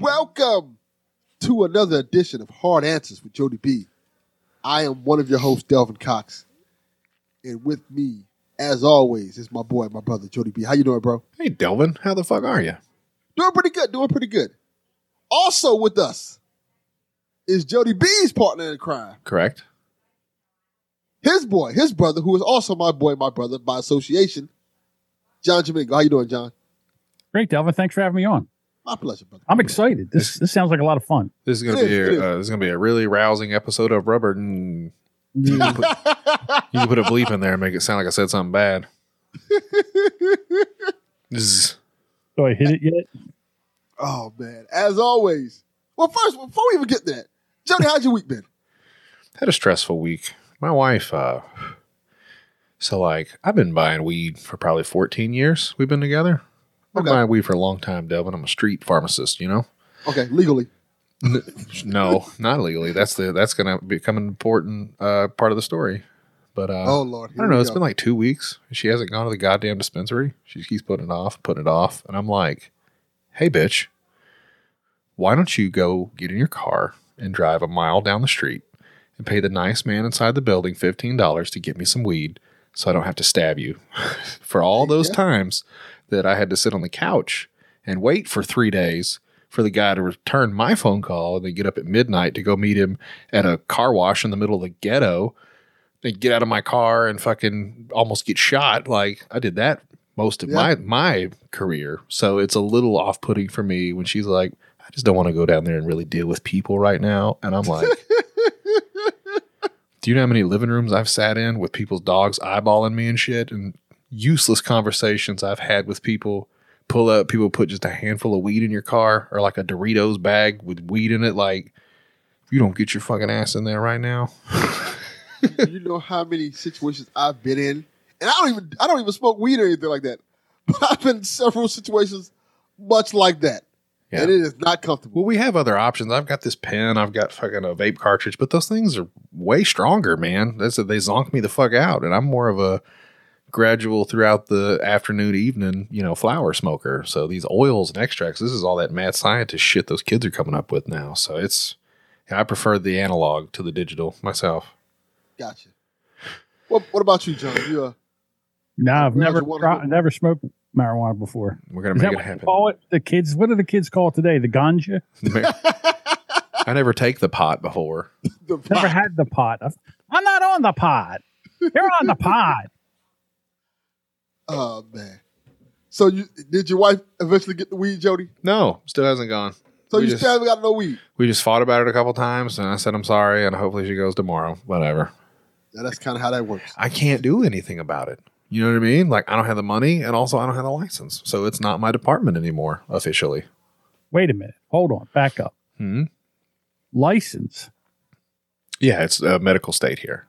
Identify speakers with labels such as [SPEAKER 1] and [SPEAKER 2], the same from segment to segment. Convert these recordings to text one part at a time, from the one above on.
[SPEAKER 1] Welcome to another edition of Hard Answers with Jody B. I am one of your hosts, Delvin Cox, and with me, as always, is my boy, my brother, Jody B. How you doing, bro?
[SPEAKER 2] Hey, Delvin, how the fuck are you?
[SPEAKER 1] Doing pretty good. Doing pretty good. Also with us is Jody B's partner in crime,
[SPEAKER 2] Correct.
[SPEAKER 1] his boy, his brother, who is also my boy, my brother by association, John Jamingo. How you doing, John?
[SPEAKER 3] Great, Delvin. Thanks for having me on.
[SPEAKER 1] My pleasure, brother.
[SPEAKER 3] I'm excited. This this sounds like a lot of fun.
[SPEAKER 2] This is gonna
[SPEAKER 1] It
[SPEAKER 2] be
[SPEAKER 1] is, it is.
[SPEAKER 2] a, uh, this is gonna be a really rousing episode of Rubber. And
[SPEAKER 3] Mm.
[SPEAKER 2] you can put a bleep in there and make it sound like I said something bad. Zzz.
[SPEAKER 3] Do I hit it yet?
[SPEAKER 1] Oh man, as always. Well, first, before we even get that, Jody, how's your week been?
[SPEAKER 2] Had a stressful week. My wife. uh So like, I've been buying weed for probably 14 years. We've been together. I've been
[SPEAKER 1] Okay.
[SPEAKER 2] buying weed for a long time, Delvin. I'm a street pharmacist. You know.
[SPEAKER 1] Okay, legally.
[SPEAKER 2] No, not legally. That's the that's gonna become an important uh, part of the story. But uh,
[SPEAKER 1] oh Lord,
[SPEAKER 2] I don't know. It's been like two weeks. She hasn't gone to the goddamn dispensary. She keeps putting it off, putting it off. And I'm like, hey, bitch, why don't you go get in your car and drive a mile down the street and pay the nice man inside the building $15 to get me some weed so I don't have to stab you for all those
[SPEAKER 1] Yeah.
[SPEAKER 2] times that I had to sit on the couch and wait for three days for the guy to return my phone call and then get up at midnight to go meet him at a car wash in the middle of the ghetto and get out of my car and fucking almost get shot. Like I did that most of
[SPEAKER 1] Yeah.
[SPEAKER 2] my my career. So it's a little off putting for me when she's like, I just don't want to go down there and really deal with people right now. And I'm like Do you know how many living rooms I've sat in with people's dogs eyeballing me and shit and useless conversations I've had with people pull up, people put just a handful of weed in your car or like a Doritos bag with weed in it. Like, if you don't get your fucking ass in there right now.
[SPEAKER 1] you know how many situations I've been in, and I don't even I don't even smoke weed or anything like that. But I've been in several situations much like that,
[SPEAKER 2] Yeah.
[SPEAKER 1] and it is not comfortable.
[SPEAKER 2] Well, we have other options. I've got this pen. I've got fucking a vape cartridge, but those things are way stronger, man. That's they zonk me the fuck out, and I'm more of a gradual throughout the afternoon, evening, you know, flower smoker. So these oils and extracts, this is all that mad scientist shit those kids are coming up with now. So it's, I prefer the analog to the digital myself.
[SPEAKER 1] Gotcha. What What about you, John? You uh,
[SPEAKER 3] No, I've
[SPEAKER 1] Well,
[SPEAKER 3] never
[SPEAKER 1] it's a wonderful-
[SPEAKER 3] tried, never smoked marijuana before.
[SPEAKER 2] We're gonna
[SPEAKER 3] Is
[SPEAKER 2] make
[SPEAKER 3] that
[SPEAKER 2] it
[SPEAKER 3] what they
[SPEAKER 2] happen.
[SPEAKER 3] call it? The kids. What do the kids call it today? The ganja.
[SPEAKER 2] I never take the pot before.
[SPEAKER 1] the
[SPEAKER 3] Never had the pot. I've- I'm not on the pot. You're on the pot.
[SPEAKER 1] oh man. So you did your wife eventually get the weed, Jody?
[SPEAKER 2] No, still hasn't gone.
[SPEAKER 1] So
[SPEAKER 2] We
[SPEAKER 1] you
[SPEAKER 2] just-
[SPEAKER 1] still haven't got no weed.
[SPEAKER 2] We just fought about it a couple times, and I said I'm sorry, and hopefully she goes tomorrow. Whatever.
[SPEAKER 1] Yeah, that's kind of how that works.
[SPEAKER 2] I can't do anything about it. You know what I mean? Like I don't have the money and also I don't have the license. So it's not my department anymore officially.
[SPEAKER 3] Wait a minute. Hold on. Back up.
[SPEAKER 2] Hmm?
[SPEAKER 3] License.
[SPEAKER 2] Yeah, it's a medical state here.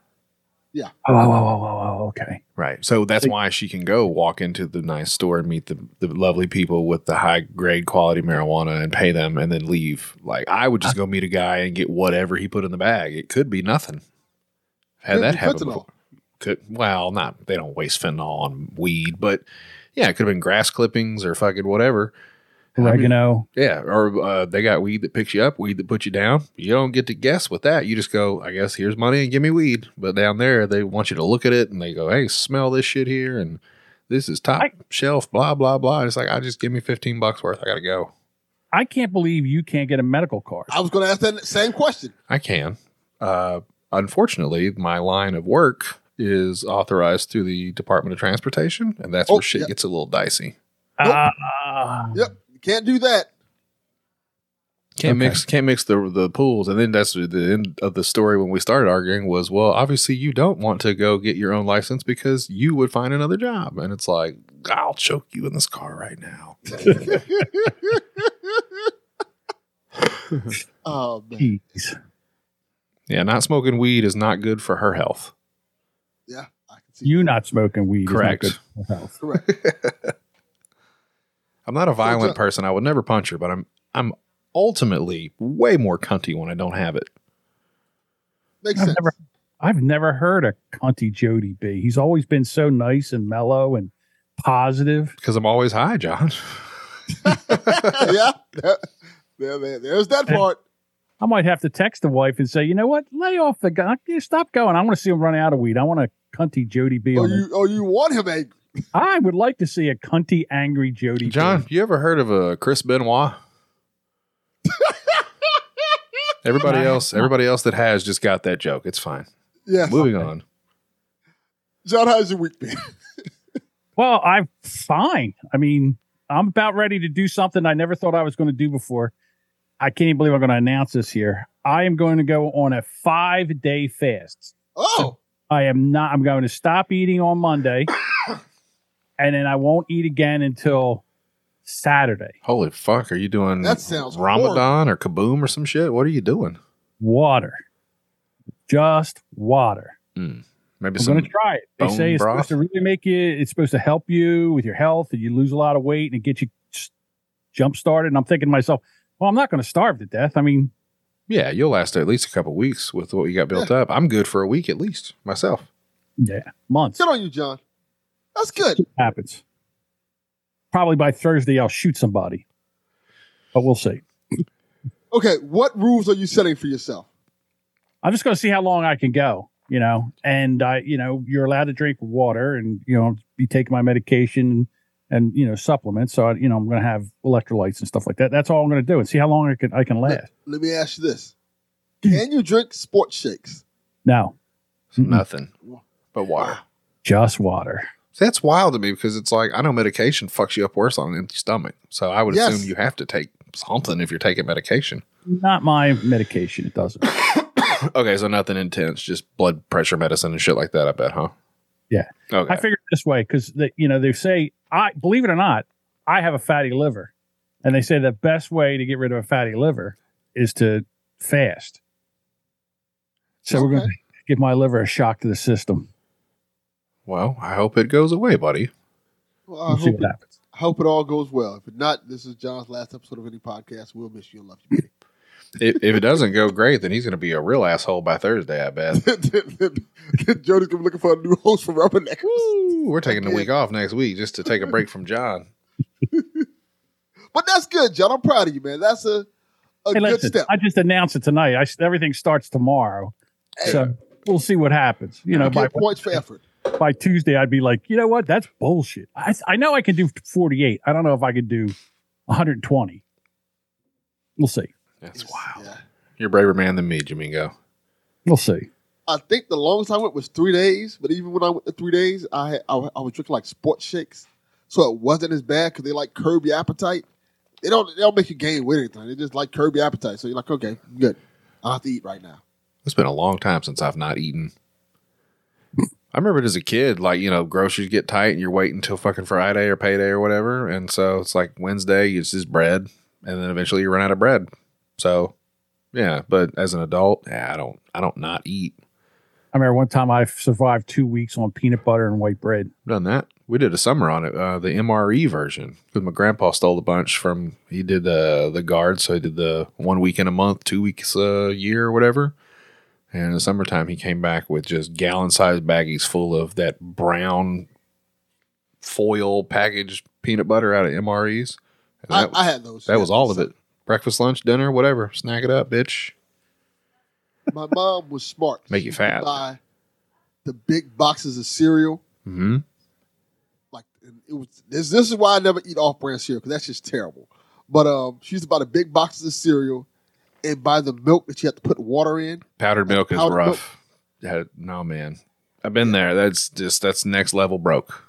[SPEAKER 3] Oh, oh, oh, oh, oh, okay.
[SPEAKER 2] Right. So that's why she can go walk into the nice store and meet the, the lovely people with the high grade quality marijuana and pay them and then leave. Like I would just go meet a guy and get whatever he put in the bag. It could be nothing. Had
[SPEAKER 1] Could
[SPEAKER 2] that
[SPEAKER 1] be
[SPEAKER 2] happen
[SPEAKER 1] fentanyl.
[SPEAKER 2] before. Could well, not they don't waste fentanyl on weed, but yeah, it could have been grass clippings or fucking whatever. I mean-
[SPEAKER 3] Oregano.
[SPEAKER 2] Yeah, or uh, they got weed that picks you up, weed that puts you down. You don't get to guess with that. You just go, I guess here's money and give me weed. But down there, they want you to look at it and they go, Hey, smell this shit here, and this is top
[SPEAKER 3] I-
[SPEAKER 2] shelf, blah blah blah. And it's like I just give me fifteen bucks worth. I gotta go.
[SPEAKER 3] I can't believe you can't get a medical card.
[SPEAKER 1] I was going to ask that same question.
[SPEAKER 2] I can. Uh, unfortunately, my line of work is authorized through the Department of Transportation, and that's
[SPEAKER 1] Oh,
[SPEAKER 2] where shit
[SPEAKER 1] yeah.
[SPEAKER 2] gets a little dicey.
[SPEAKER 3] Ah.
[SPEAKER 1] Yep, can't do that.
[SPEAKER 2] Can't
[SPEAKER 3] Okay.
[SPEAKER 2] mix can't mix the the pools. And then that's the end of the story when we started arguing was, well, obviously you don't want to go get your own license because you would find another job. And it's like, I'll choke you in this car right now.
[SPEAKER 1] Oh man,
[SPEAKER 3] Jeez.
[SPEAKER 2] Yeah, not smoking weed is not good for her health.
[SPEAKER 1] yeah, I can see.
[SPEAKER 3] You not smoking weed. is not
[SPEAKER 2] Correct.
[SPEAKER 3] good for your health.
[SPEAKER 1] correct.
[SPEAKER 2] I'm not a violent
[SPEAKER 1] it's a-
[SPEAKER 2] person. I would never punch her, but I'm I'm ultimately way more cunty when I don't have it.
[SPEAKER 1] Makes
[SPEAKER 3] I've
[SPEAKER 1] sense.
[SPEAKER 3] never, I've never heard a cunty Jody B. He's always been so nice and mellow and positive.
[SPEAKER 2] Because I'm always high, John.
[SPEAKER 1] yeah, that, There, there, there's that part.
[SPEAKER 3] I might have to text the wife and say, you know what? Lay off the guy. Stop going. I want to see him run out of weed. I want a cunty Jody B.
[SPEAKER 1] Oh,
[SPEAKER 3] on it.
[SPEAKER 1] you, oh, you want him angry?
[SPEAKER 3] I would like to see a cunty angry Jody. B.
[SPEAKER 2] John, you ever heard of uh, Chris Benoit? everybody
[SPEAKER 3] I-
[SPEAKER 2] else, everybody else that has just got that joke. It's fine.
[SPEAKER 1] Yes.
[SPEAKER 2] Moving on.
[SPEAKER 1] John, how's your week been?
[SPEAKER 3] Well, I'm fine. I mean, I'm about ready to do something I never thought I was going to do before. I can't even believe I'm going to announce this here. I am going to go on a five day fast.
[SPEAKER 1] Oh,
[SPEAKER 3] I am not. I'm going to stop eating on Monday, and then I won't eat again until Saturday.
[SPEAKER 2] Holy fuck, are you doing
[SPEAKER 1] That sounds
[SPEAKER 2] Ramadan or Kaboom or some shit? What are you doing?
[SPEAKER 3] Water, just water.
[SPEAKER 2] Maybe
[SPEAKER 3] I'm
[SPEAKER 2] some
[SPEAKER 3] going to try it. They
[SPEAKER 2] bone
[SPEAKER 3] say it's
[SPEAKER 2] broth?
[SPEAKER 3] supposed to really make you. It's supposed to help you with your health, and you lose a lot of weight, and it gets you s- jump started. And I'm thinking to myself, well, I'm not going to starve to death. I mean,
[SPEAKER 2] Yeah, you'll last at least a couple weeks with what you got built up. I'm good for a week at least myself.
[SPEAKER 3] yeah, months
[SPEAKER 1] good on you, John. That's good.
[SPEAKER 3] happens. Probably by Thursday, I'll shoot somebody, but we'll see.
[SPEAKER 1] Okay, what rules are you setting for yourself?
[SPEAKER 3] I'm just going to see how long I can go, you know. And I, you know, you're allowed to drink water, and you know, be taking my medication and you know supplements. So I, you know, I'm going to have electrolytes and stuff like that. That's all I'm going to do, and see how long I can I can last.
[SPEAKER 1] Let me ask you this: Can you drink sports shakes?
[SPEAKER 3] No, Mm-mm.
[SPEAKER 2] Nothing but water.
[SPEAKER 3] just water.
[SPEAKER 2] See, that's wild to me because it's like I know medication fucks you up worse on an empty stomach. So I would
[SPEAKER 1] Yes.
[SPEAKER 2] assume you have to take something if you're taking medication.
[SPEAKER 3] Not my medication. It doesn't.
[SPEAKER 2] okay, so nothing intense, just blood pressure medicine and shit like that. I bet, huh?
[SPEAKER 3] Yeah.
[SPEAKER 2] Okay.
[SPEAKER 3] I figured this way because you know they say I believe it or not, I have a fatty liver, and they say the best way to get rid of a fatty liver is to fast. So we're going
[SPEAKER 1] Okay.
[SPEAKER 3] to give my liver a shock to the system.
[SPEAKER 2] well, I hope it goes away, buddy.
[SPEAKER 1] Well,
[SPEAKER 3] We'll
[SPEAKER 1] I
[SPEAKER 3] see
[SPEAKER 1] hope,
[SPEAKER 3] what happens.
[SPEAKER 1] I hope it all goes well. If not, this is John's last episode of any podcast. We'll miss you and love you.
[SPEAKER 2] if, if it doesn't go great, then he's going to be a real asshole by Thursday. I bet.
[SPEAKER 1] Jody's gonna be looking for a new host for Rubberneck.
[SPEAKER 2] Woo, we're taking the week off next week just to take a break from John.
[SPEAKER 1] But that's good, John. I'm proud of you, man. That's a a
[SPEAKER 3] Hey,
[SPEAKER 1] good
[SPEAKER 3] listen,
[SPEAKER 1] step.
[SPEAKER 3] I just announced it tonight. I, s- everything starts tomorrow,
[SPEAKER 1] Hey.
[SPEAKER 3] so we'll see what happens. You know,
[SPEAKER 1] You
[SPEAKER 3] by
[SPEAKER 1] get points for effort.
[SPEAKER 3] by Tuesday, I'd be like, you know what? That's bullshit. I I know I can do 48. I don't know if I could do 120. We'll see.
[SPEAKER 2] That's wild.
[SPEAKER 1] Yeah.
[SPEAKER 2] You're a braver man than me, Jamingo.
[SPEAKER 3] We'll see.
[SPEAKER 1] I think the longest I went was three days, but even when I went to three days, I had- I, I was drinking like sports shakes, so it wasn't as bad because they like curb your appetite. They don't they don't make you gain weight or anything. They just like curb your appetite, so you're like, okay, good. I have to eat right now.
[SPEAKER 2] It's been a long time since I've not eaten. I remember it as a kid, like, you know, groceries get tight and you're waiting until fucking Friday or payday or whatever. And so it's like Wednesday, it's just bread. And then eventually you run out of bread. So, yeah. But as an adult, yeah, I don't, I don't not eat.
[SPEAKER 3] I remember one time I survived two weeks on peanut butter and white bread.
[SPEAKER 2] done that. We did a summer on it, uh, the MRE version, because my grandpa stole a bunch from. He did uh, the guard, so he did the one week in a month, two weeks a year, or whatever. And in the summertime, he came back with just gallon-sized baggies full of that brown foil packaged peanut butter out of MREs. And
[SPEAKER 1] I,
[SPEAKER 2] that,
[SPEAKER 1] I had those.
[SPEAKER 2] that was all of it. Breakfast, lunch, dinner, whatever. Snack it up, bitch.
[SPEAKER 1] My mom was smart.
[SPEAKER 2] Make you
[SPEAKER 1] She used to
[SPEAKER 2] fat.
[SPEAKER 1] Buy the big boxes of cereal.
[SPEAKER 2] Mm-hmm.
[SPEAKER 1] Like and it was. This, this is why I never eat off-brand cereal because that's just terrible. But um, she used to buy the big boxes of cereal and buy the milk that you have to put water in.
[SPEAKER 2] Powdered milk is
[SPEAKER 1] Powdered
[SPEAKER 2] rough. Yeah, no, man. I've been there. That's just that's next level broke.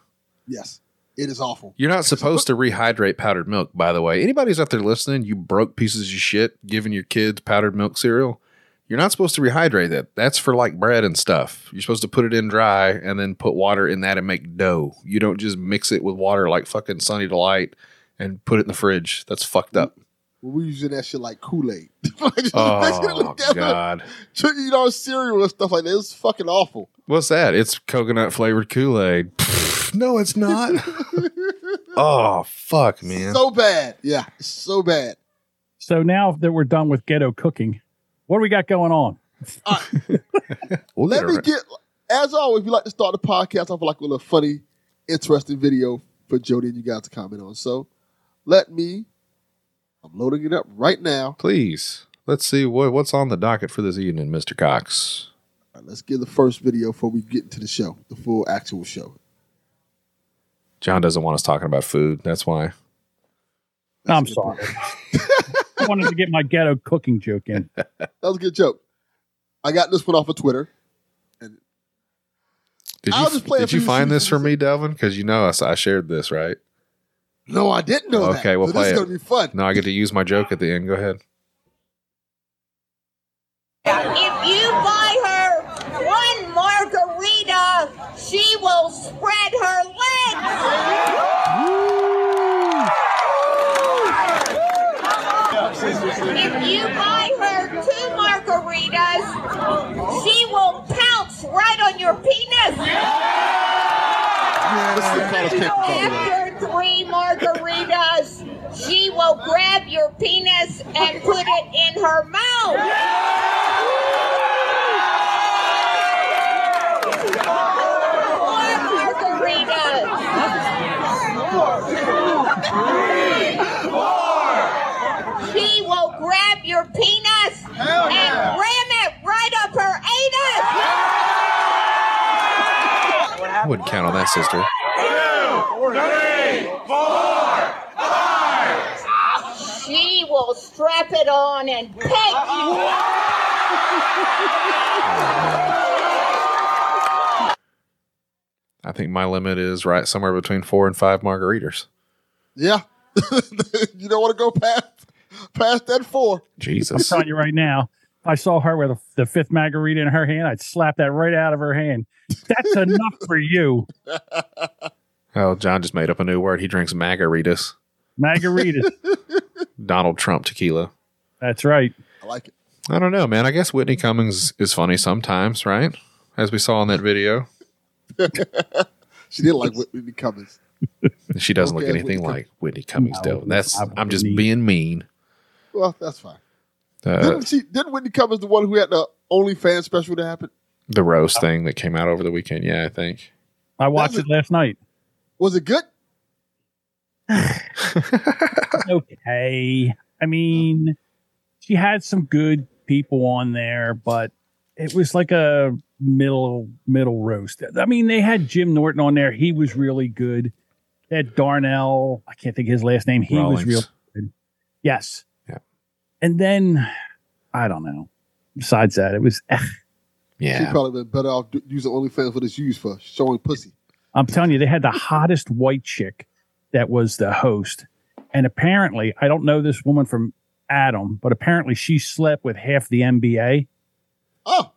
[SPEAKER 1] Yes, it is awful.
[SPEAKER 2] You're not supposed to rehydrate powdered milk, by the way. Anybody who's out there listening, you broke pieces of shit giving your kids powdered milk cereal. You're not supposed to rehydrate that. That's for like bread and stuff. You're supposed to put it in dry and then put water in that and make dough. You don't just mix it with water like fucking Sunny Delight and put it in the fridge. That's fucked up.
[SPEAKER 1] We were using that shit like Kool Aid. like, just mixing it
[SPEAKER 2] Oh
[SPEAKER 1] together,
[SPEAKER 2] god.
[SPEAKER 1] drinking our cereal and stuff like that. It's fucking awful.
[SPEAKER 2] What's that? It's coconut flavored Kool-Aid. no, it's not. oh fuck, man.
[SPEAKER 1] So bad. Yeah, so bad.
[SPEAKER 3] So now that we're done with ghetto cooking, what do we got going on?
[SPEAKER 2] We'll
[SPEAKER 1] Let
[SPEAKER 2] get
[SPEAKER 1] me
[SPEAKER 2] around-
[SPEAKER 1] get, as always, we like to start the podcast off with like a little funny, interesting video for Jody and you guys to comment on. So let me I'm loading it up right now.
[SPEAKER 2] Please, let's see what, what's on the docket for this evening, Mr. Cox.
[SPEAKER 1] All right, let's get the first video before we get into the show, the full actual show.
[SPEAKER 2] John doesn't want us talking about food. That's why.
[SPEAKER 1] That's a
[SPEAKER 3] I'm
[SPEAKER 1] good
[SPEAKER 3] sorry.
[SPEAKER 1] point.
[SPEAKER 3] I wanted to get my ghetto cooking joke in.
[SPEAKER 1] That was a good joke. I got this one off of Twitter.
[SPEAKER 2] Did
[SPEAKER 1] I'll
[SPEAKER 2] you,
[SPEAKER 1] just play it
[SPEAKER 2] did
[SPEAKER 1] for
[SPEAKER 2] you
[SPEAKER 1] you,
[SPEAKER 2] find
[SPEAKER 1] see-
[SPEAKER 2] this for me, Delvin? Because you know us, I shared this, right?
[SPEAKER 1] No, I didn't know that.
[SPEAKER 2] Okay, we'll
[SPEAKER 1] so this
[SPEAKER 2] play it.
[SPEAKER 1] is gonna be fun.
[SPEAKER 2] No, I get to use my joke at the end. Go ahead.
[SPEAKER 4] If you buy her one margarita, she will spread her legs. If you buy her two margaritas, she will pounce right on your penis.
[SPEAKER 1] This is the kind of thing we're talking about.
[SPEAKER 4] After three margaritas, she will grab your penis and put it in her mouth. More margaritas. She will grab your penis and ram it right up her anus.
[SPEAKER 2] I wouldn't count on that, sister.
[SPEAKER 4] She will strap it on and peg you.
[SPEAKER 2] I think my limit is right somewhere between four and five margaritas.
[SPEAKER 1] Yeah. you don't want to go past past that four.
[SPEAKER 3] I'm
[SPEAKER 2] Jesus.
[SPEAKER 3] telling you right now, if I saw her with a, the fifth margarita in her hand, I'd slap that right out of her hand. That's enough for you.
[SPEAKER 2] Oh, John just made up a new word. He drinks margaritas.
[SPEAKER 3] Margaritas.
[SPEAKER 2] Donald Trump tequila.
[SPEAKER 3] That's right.
[SPEAKER 1] I like it.
[SPEAKER 2] I don't know, man. I guess Whitney Cummings is funny sometimes, right? As we saw in that video,
[SPEAKER 1] She didn't like Whitney Cummings.
[SPEAKER 2] she doesn't
[SPEAKER 1] Okay,
[SPEAKER 2] look anything
[SPEAKER 1] Whitney Cum-
[SPEAKER 2] like Whitney Cummings.
[SPEAKER 3] No,
[SPEAKER 2] though that's
[SPEAKER 3] I'm
[SPEAKER 2] I'm just
[SPEAKER 3] mean.
[SPEAKER 2] being mean.
[SPEAKER 1] Well, that's fine.
[SPEAKER 2] Uh,
[SPEAKER 1] didn't she didn't Whitney Cummings the one who had the OnlyFans special that happened?
[SPEAKER 2] the roast thing that came out over the weekend. Yeah, I think.
[SPEAKER 3] I watched it last night.
[SPEAKER 1] Was it good?
[SPEAKER 3] okay. I mean, she had some good people on there, but it was like a middle middle roast. I mean, they had Jim Norton on there. He was really good. They had Darnell. I can't think of his last name. He was
[SPEAKER 2] Rawlings.
[SPEAKER 3] real. Yes.
[SPEAKER 2] Yeah.
[SPEAKER 3] And then I don't know. Besides that, it was. eh.
[SPEAKER 1] She
[SPEAKER 2] Yeah,
[SPEAKER 1] probably been better off do- using OnlyFans for this use for showing pussy.
[SPEAKER 3] I'm telling you, they had the hottest white chick that was the host, and apparently, I don't know this woman from Adam, but apparently, she slept with half the NBA.
[SPEAKER 1] Oh,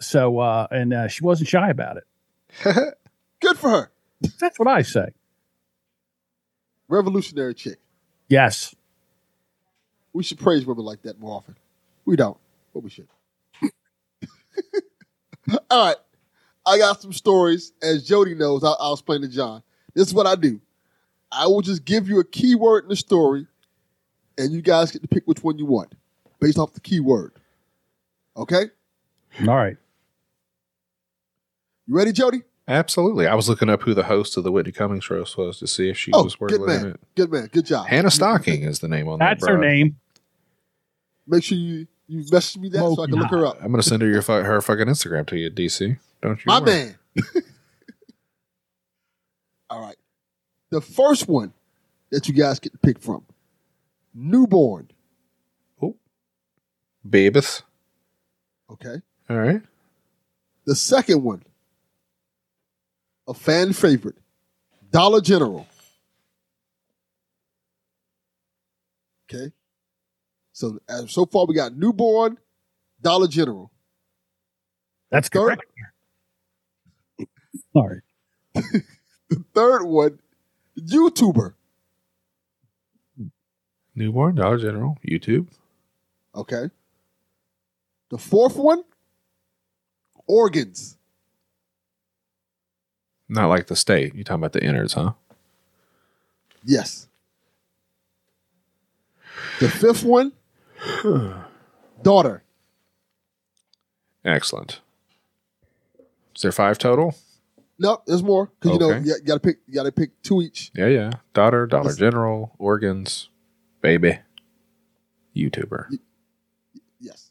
[SPEAKER 3] So, uh, and uh, she wasn't shy about it.
[SPEAKER 1] good for her.
[SPEAKER 3] That's what I say.
[SPEAKER 1] Revolutionary chick.
[SPEAKER 3] Yes.
[SPEAKER 1] We should praise women like that more often. We don't, but we should. All right. I got some stories. As Jody knows, I'll, I'll explain to John. This is what I do I will just give you a keyword in the story, and you guys get to pick which one you want based off the keyword. Okay?
[SPEAKER 3] All right.
[SPEAKER 1] You ready, Jody?
[SPEAKER 2] absolutely. I was looking up who the host of the Whitney Cummings roast was to see if she
[SPEAKER 1] Oh,
[SPEAKER 2] was worth
[SPEAKER 1] good
[SPEAKER 2] living
[SPEAKER 1] man.
[SPEAKER 2] it.
[SPEAKER 1] Good man. Good job.
[SPEAKER 2] Hannah Stocking is the name on
[SPEAKER 3] That's
[SPEAKER 2] that.
[SPEAKER 3] her
[SPEAKER 2] broad.
[SPEAKER 3] name.
[SPEAKER 1] Make sure you, you message me that so I can look her up.
[SPEAKER 2] I'm gonna send her your fu- her fucking Instagram to you, DC. Don't you?
[SPEAKER 1] My
[SPEAKER 2] worry.
[SPEAKER 1] man. All right. The first one that you guys get to pick from newborn.
[SPEAKER 2] Babeth.
[SPEAKER 1] Okay.
[SPEAKER 2] All right.
[SPEAKER 1] The second one, a fan favorite, Dollar General. Okay. So uh, so far we got newborn, Dollar General.
[SPEAKER 3] That's
[SPEAKER 1] Third-
[SPEAKER 3] correct. All right.
[SPEAKER 1] The third one, YouTuber.
[SPEAKER 2] Newborn Dollar General YouTube.
[SPEAKER 1] Okay. The fourth one, organs.
[SPEAKER 2] Not like the state. You talking about the innards, huh?
[SPEAKER 1] Yes. The fifth one, daughter.
[SPEAKER 2] Excellent. Is there five total?
[SPEAKER 1] No, there's more because you know
[SPEAKER 2] Okay.
[SPEAKER 1] you you gotta pick. You gotta pick two each.
[SPEAKER 2] Yeah, yeah. Daughter, Dollar
[SPEAKER 1] Yes.
[SPEAKER 2] General, organs, baby. YouTuber.
[SPEAKER 1] Yes.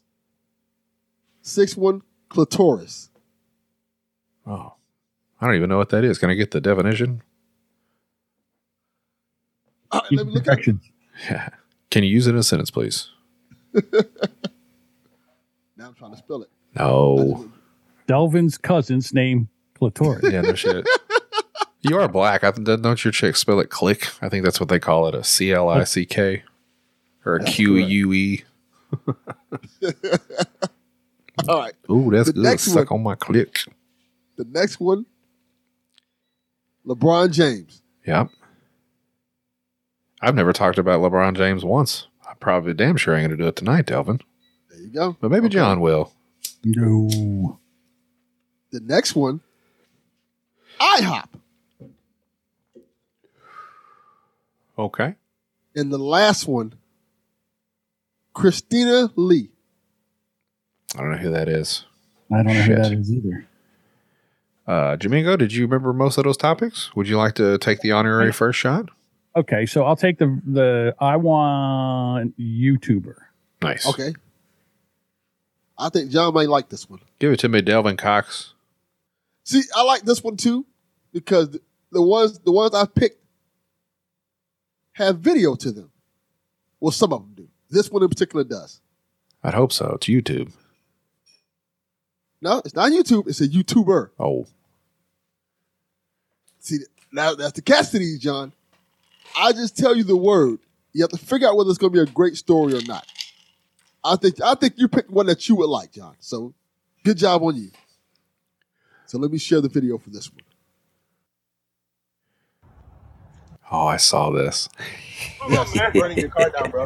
[SPEAKER 1] Six one clitoris.
[SPEAKER 2] Oh, I don't even know what that is. Can I get the definition?
[SPEAKER 1] Uh, let me look at it.
[SPEAKER 2] Yeah. Can you use it in a sentence, please?
[SPEAKER 1] Now I'm trying to spell it.
[SPEAKER 2] No.
[SPEAKER 3] Delvin's cousin's name Clitoris.
[SPEAKER 2] Yeah, no shit. You are black. I, don't your chicks spell it click? I think that's what they call it a C L I C K or a
[SPEAKER 1] That's
[SPEAKER 2] Q U E.
[SPEAKER 1] All right.
[SPEAKER 2] Ooh, that's
[SPEAKER 1] The
[SPEAKER 2] good.
[SPEAKER 1] next
[SPEAKER 2] Suck on my click.
[SPEAKER 1] The next one. LeBron James.
[SPEAKER 2] Yep. I've never talked about LeBron James once. I'm probably damn sure I'm going to do it tonight, Delvin.
[SPEAKER 1] There you go.
[SPEAKER 2] But maybe
[SPEAKER 1] Okay.
[SPEAKER 2] John will.
[SPEAKER 3] no.
[SPEAKER 1] The next one. IHOP.
[SPEAKER 2] Okay.
[SPEAKER 1] And the last one. Christina Lee.
[SPEAKER 2] I don't know who that is.
[SPEAKER 3] I don't know
[SPEAKER 2] Shit.
[SPEAKER 3] who that is either.
[SPEAKER 2] Uh, Domingo, did you remember most of those topics? Would you like to take the honorary first shot?
[SPEAKER 3] Okay, so I'll take the the I want YouTuber.
[SPEAKER 2] Nice.
[SPEAKER 1] Okay. I think John might like this one.
[SPEAKER 2] Give it to me, Delvin Cox.
[SPEAKER 1] See, I like this one too because th- the ones the ones I picked have video to them. Well, some of them do. This one in particular does.
[SPEAKER 2] I'd hope so. It's YouTube.
[SPEAKER 1] No, it's not YouTube. It's a YouTuber.
[SPEAKER 2] Oh,
[SPEAKER 1] See, now that's the catch to these, John. I just tell you the word. You have to figure out whether it's going to be a great story or not. I think I think you picked one that you would like, John. So, good job on you. So let me share the video for this one.
[SPEAKER 2] oh, I saw this.
[SPEAKER 5] Running your car down, bro.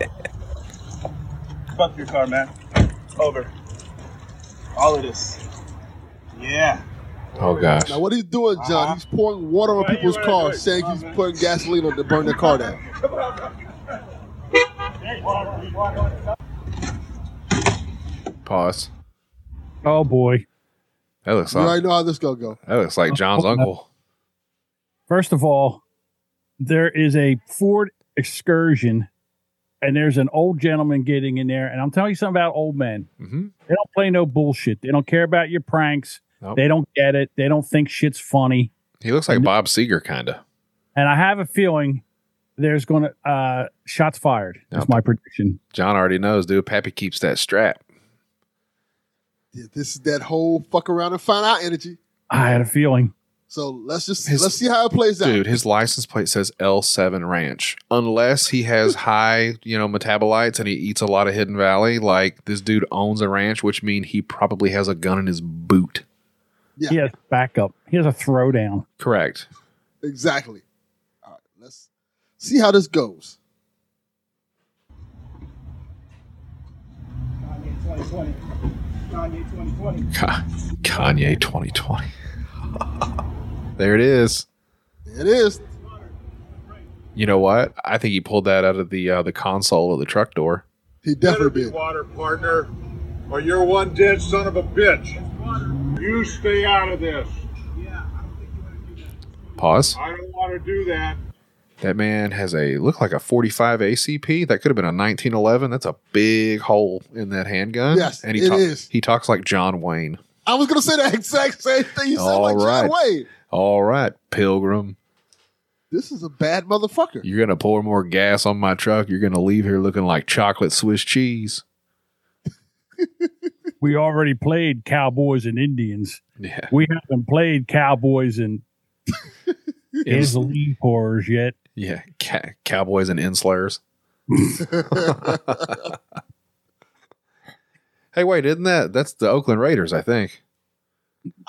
[SPEAKER 5] Fuck your car, man. Over. All of this. Yeah.
[SPEAKER 2] Oh gosh.
[SPEAKER 1] Now what he's doing, John?
[SPEAKER 5] Uh-huh.
[SPEAKER 1] He's pouring water on
[SPEAKER 5] Right,
[SPEAKER 1] people's
[SPEAKER 5] right,
[SPEAKER 1] cars,
[SPEAKER 5] right.
[SPEAKER 1] saying
[SPEAKER 5] Come
[SPEAKER 1] he's
[SPEAKER 5] on, man.
[SPEAKER 1] putting gasoline on to burn their car down.
[SPEAKER 2] Pause.
[SPEAKER 3] Oh boy.
[SPEAKER 2] That looks
[SPEAKER 1] You
[SPEAKER 2] like
[SPEAKER 1] already know how this gonna go.
[SPEAKER 2] that looks like John's uncle.
[SPEAKER 3] First of all, there is a Ford excursion and there's an old gentleman getting in there. And I'm telling you something about old men.
[SPEAKER 2] Mm-hmm.
[SPEAKER 3] They don't play no bullshit. They don't care about your pranks.
[SPEAKER 2] Nope.
[SPEAKER 3] They don't get it. They don't think shit's funny.
[SPEAKER 2] He looks like Bob Seger, kinda.
[SPEAKER 3] And I have a feeling there's going to uh shots fired. That's
[SPEAKER 2] Yep.
[SPEAKER 3] my prediction.
[SPEAKER 2] John already knows, dude. Pappy keeps that strap.
[SPEAKER 1] Yeah, this is that whole fuck around and find out energy.
[SPEAKER 3] I had a feeling.
[SPEAKER 1] So let's just
[SPEAKER 2] His-
[SPEAKER 1] let's see how it plays out.
[SPEAKER 2] Dude, his license plate says L7 Ranch. Unless he has high, you know, metabolites and he eats a lot of Hidden Valley, like this dude owns a ranch, which means he probably has a gun in his boot.
[SPEAKER 1] Yeah.
[SPEAKER 3] He has backup. He has a throwdown.
[SPEAKER 2] Correct.
[SPEAKER 1] Exactly. All right, let's see how this goes.
[SPEAKER 2] Ka- Kanye 2020. there it is.
[SPEAKER 1] There it is.
[SPEAKER 2] You know what? I think he pulled that out of the uh, the console of the truck door.
[SPEAKER 1] He
[SPEAKER 6] Better
[SPEAKER 1] definitely
[SPEAKER 6] be
[SPEAKER 1] did.
[SPEAKER 6] water, partner, or you're one dead son of a bitch. You stay out of this.
[SPEAKER 2] Pause.
[SPEAKER 6] I don't want to do that.
[SPEAKER 2] That man has a look like a 45 ACP. That could have been a 1911. That's a big hole in that handgun.
[SPEAKER 1] Yes,
[SPEAKER 2] and he
[SPEAKER 1] it
[SPEAKER 2] talk-
[SPEAKER 1] is.
[SPEAKER 2] He talks like John Wayne.
[SPEAKER 1] I was gonna say the exact same thing you said,
[SPEAKER 2] All
[SPEAKER 1] like John
[SPEAKER 2] right.
[SPEAKER 1] Wayne.
[SPEAKER 2] All right, Pilgrim,
[SPEAKER 1] This is a bad motherfucker.
[SPEAKER 2] you're gonna pour more gas on my truck. You're gonna leave here looking like chocolate Swiss cheese.
[SPEAKER 3] We already played Cowboys and Indians.
[SPEAKER 2] Yeah,
[SPEAKER 3] We haven't played Cowboys and
[SPEAKER 2] Ins-
[SPEAKER 3] Islam horrors yet.
[SPEAKER 2] yeah, ca- cowboys and inslurs. hey, wait, isn't that that's the Oakland Raiders? I think.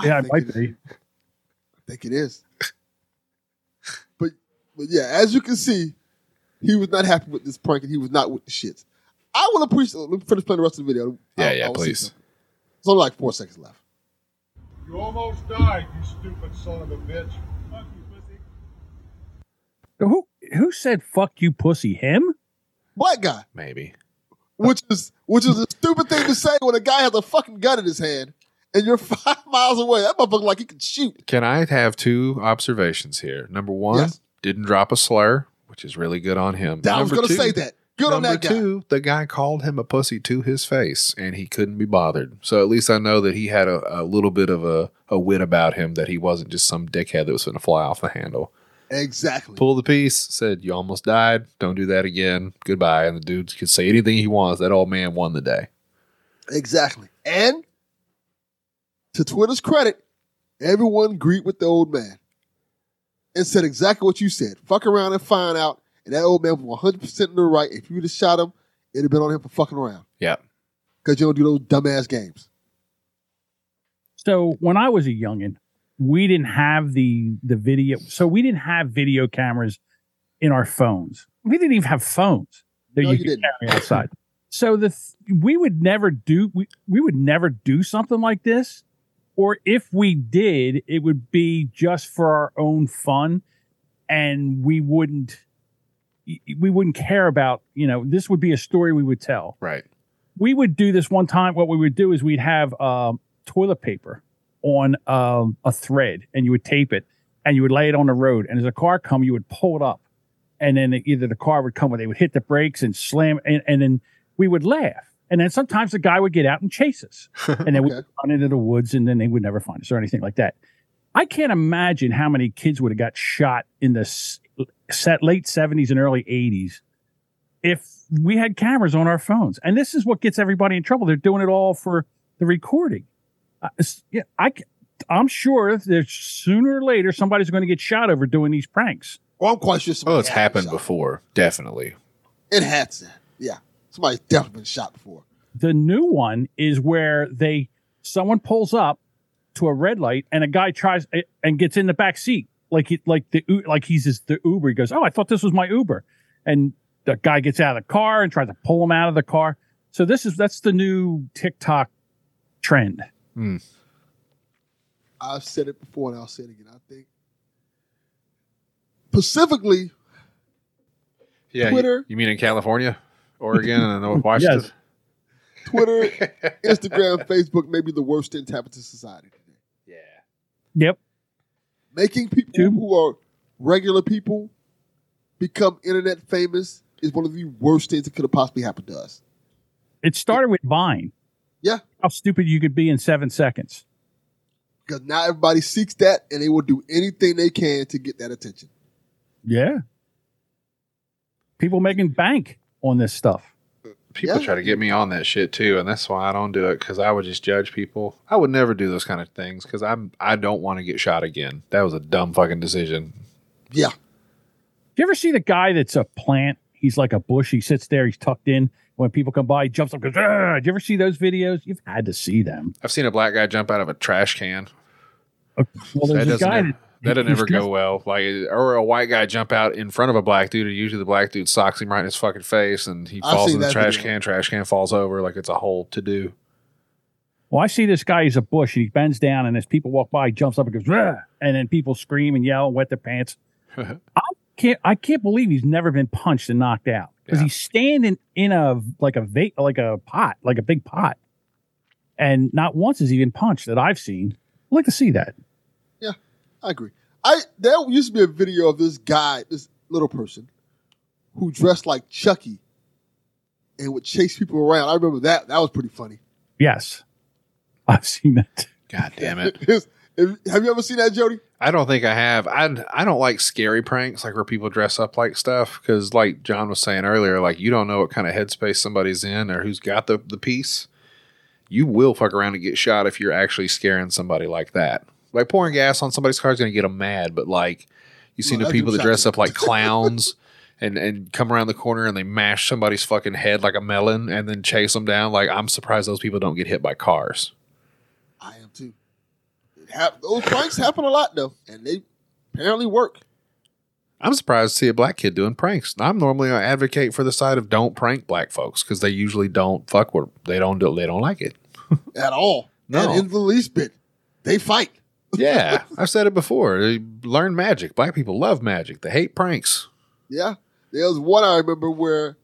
[SPEAKER 3] Yeah, it
[SPEAKER 1] think
[SPEAKER 3] might
[SPEAKER 1] it-
[SPEAKER 3] be.
[SPEAKER 1] I think it is. but but yeah, as you can see, he was not happy with this prank and he was not with the shits. I will appreciate. Let me finish playing the rest of the video.
[SPEAKER 2] Yeah,
[SPEAKER 1] I-
[SPEAKER 2] yeah,
[SPEAKER 1] Oh, I will see
[SPEAKER 2] please.
[SPEAKER 1] something. There's only like four seconds left.
[SPEAKER 6] You almost died, you stupid son of a bitch. Fuck you, pussy.
[SPEAKER 3] Who who said "fuck you, pussy"? Him?
[SPEAKER 1] Black guy,
[SPEAKER 2] Maybe.
[SPEAKER 1] which is which is a stupid thing to say when a guy has a fucking gun in his hand and you're five miles away. That motherfucker like he can shoot.
[SPEAKER 2] Can I have two observations here? Number one,
[SPEAKER 1] Yes.
[SPEAKER 2] didn't drop a slur, which is really good on him.
[SPEAKER 1] I was
[SPEAKER 2] Number
[SPEAKER 1] gonna
[SPEAKER 2] two,
[SPEAKER 1] say that. Good on
[SPEAKER 2] Number
[SPEAKER 1] that guy.
[SPEAKER 2] two, the guy called him a pussy to his face, and he couldn't be bothered. So at least I know that he had a, a little bit of a, a wit about him that he wasn't just some dickhead that was going to fly off the handle.
[SPEAKER 1] Exactly.
[SPEAKER 2] Pull the piece, said, "You almost died. Don't do that again. Goodbye." And the dude could say anything he wants. That old man won the day.
[SPEAKER 1] Exactly. And to Twitter's credit, everyone agreed with the old man and said exactly what you said. Fuck around and find out. And that old man was 100% in the right. If you would have shot him, it'd have been on him for fucking around.
[SPEAKER 2] Yeah.
[SPEAKER 1] Because you don't do those dumbass games.
[SPEAKER 3] So when I was a youngin, we didn't have the the video. So we didn't have video cameras in our phones. We didn't even have phones that
[SPEAKER 1] No,
[SPEAKER 3] you,
[SPEAKER 1] you
[SPEAKER 3] could
[SPEAKER 1] didn't.
[SPEAKER 3] carry outside. So the th- we would never do we, we would never do something like this, or if we did, it would be just for our own fun, and we wouldn't we wouldn't care about you know this would be a story we would tell
[SPEAKER 2] Right.
[SPEAKER 3] we would do this one time. What we would do is we'd have um, toilet paper on um, a thread, and you would tape it, and you would lay it on the road. And as a car come, you would pull it up, and then either the car would come, or they would hit the brakes and slam, and, and then we would laugh. And then sometimes the guy would get out and chase us, and then we'd
[SPEAKER 1] Okay.
[SPEAKER 3] run into the woods, and then they would never find us or anything like that. I can't imagine how many kids would have got shot in the s- set late seventies and early eighties if we had cameras on our phones. And this is what gets everybody in trouble. They're doing it all for the recording. Uh, it's- yeah, I, c- I'm sure there's sooner or later somebody's going to get shot over doing these pranks.
[SPEAKER 1] Well, I'm quite sure somebody
[SPEAKER 2] Oh, it's
[SPEAKER 1] had
[SPEAKER 2] happened
[SPEAKER 1] shot.
[SPEAKER 2] before, definitely.
[SPEAKER 1] It had to. Yeah. Somebody's definitely been shot before.
[SPEAKER 3] The new one is where they someone pulls up to a red light and a guy tries eh, and gets in the back seat like he, like the U- like he's his, the Uber. He goes, "Oh, I thought this was my Uber," and the guy gets out of the car and tries to pull him out of the car. So this is that's the new TikTok trend.
[SPEAKER 1] I've said it before and I'll say it again. I think specifically
[SPEAKER 2] Yeah. you-
[SPEAKER 1] Twitter.
[SPEAKER 2] You, mean in California, Oregon, and North Washington?
[SPEAKER 3] Yes.
[SPEAKER 1] Twitter, Instagram, Facebook may be the worst thing to happen to society today.
[SPEAKER 2] Yeah.
[SPEAKER 3] Yep.
[SPEAKER 1] Making people
[SPEAKER 3] Dude.
[SPEAKER 1] who are regular people become internet famous is one of the worst things that could have possibly happened to us.
[SPEAKER 3] It started with Vine.
[SPEAKER 1] Yeah.
[SPEAKER 3] How stupid you could be in seven seconds.
[SPEAKER 1] Because now everybody seeks that and they will do anything they can to get that attention.
[SPEAKER 3] Yeah. People making bank on this stuff.
[SPEAKER 2] People
[SPEAKER 1] Yeah.
[SPEAKER 2] try to get me on that shit too, and that's why I don't do it because I would just judge people. I would never do those kind of things because I'm I don't want to get shot again. That was a dumb fucking decision.
[SPEAKER 1] Yeah.
[SPEAKER 3] Do you ever see the guy that's a plant? He's like a bush. He sits there. He's tucked in. When people come by, he jumps up. Goes. "Ah." Do you ever see those videos? You've had to see them.
[SPEAKER 2] I've seen a black guy jump out of a trash can. Uh,
[SPEAKER 3] Well,
[SPEAKER 2] That
[SPEAKER 3] there's a
[SPEAKER 2] doesn't
[SPEAKER 3] guy
[SPEAKER 2] ever,
[SPEAKER 3] that,
[SPEAKER 2] that'll
[SPEAKER 3] he's
[SPEAKER 2] never
[SPEAKER 3] dressed-
[SPEAKER 2] go well. Like or a white guy jump out in front of a black dude, and usually the black dude socks him right in his fucking face, and he
[SPEAKER 1] I've
[SPEAKER 2] falls
[SPEAKER 1] seen
[SPEAKER 2] in the
[SPEAKER 1] that
[SPEAKER 2] trash
[SPEAKER 1] video.
[SPEAKER 2] can. Trash can falls over like it's a whole to do.
[SPEAKER 3] Well, I see this guy. He's a bush, and he bends down, and as people walk by, he jumps up and goes. "Ah," And then people scream and yell and wet their pants. I can't. I can't believe he's never been punched and knocked out because
[SPEAKER 2] Yeah.
[SPEAKER 3] he's standing in a like a va- like a pot, like a big pot, and not once has he been punched that I've seen. I'd like to see that.
[SPEAKER 1] I agree. I there used to be a video of this guy, this little person, who dressed like Chucky and would chase people around. I remember that. That was pretty funny.
[SPEAKER 3] Yes, I've seen that.
[SPEAKER 2] God damn it.
[SPEAKER 1] Have you ever seen that, Jody?
[SPEAKER 2] I don't think I have. I I don't like scary pranks, like where people dress up like stuff, because like John was saying earlier, like you don't know what kind of headspace somebody's in or who's got the the piece. You will fuck around and get shot if you're actually scaring somebody like that. Like pouring gas on somebody's car is gonna get them mad, but like you see
[SPEAKER 1] Well,
[SPEAKER 2] the
[SPEAKER 1] I've
[SPEAKER 2] people
[SPEAKER 1] been
[SPEAKER 2] that
[SPEAKER 1] shot
[SPEAKER 2] dress
[SPEAKER 1] too.
[SPEAKER 2] up like clowns. And, and come around the corner and they mash somebody's fucking head like a melon and then chase them down. Like, I'm surprised those people don't get hit by cars.
[SPEAKER 1] I am too. It hap- those pranks happen a lot though, and they apparently work.
[SPEAKER 2] I'm surprised to see a black kid doing pranks. I'm normally I advocate for the side of don't prank black folks because they usually don't fuck with they don't do, they don't like it.
[SPEAKER 1] at all.
[SPEAKER 2] No.
[SPEAKER 1] Not in the least bit. They fight.
[SPEAKER 2] Yeah, I've said it before. They learn magic. Black people love magic. They hate pranks.
[SPEAKER 1] Yeah. There was one I remember where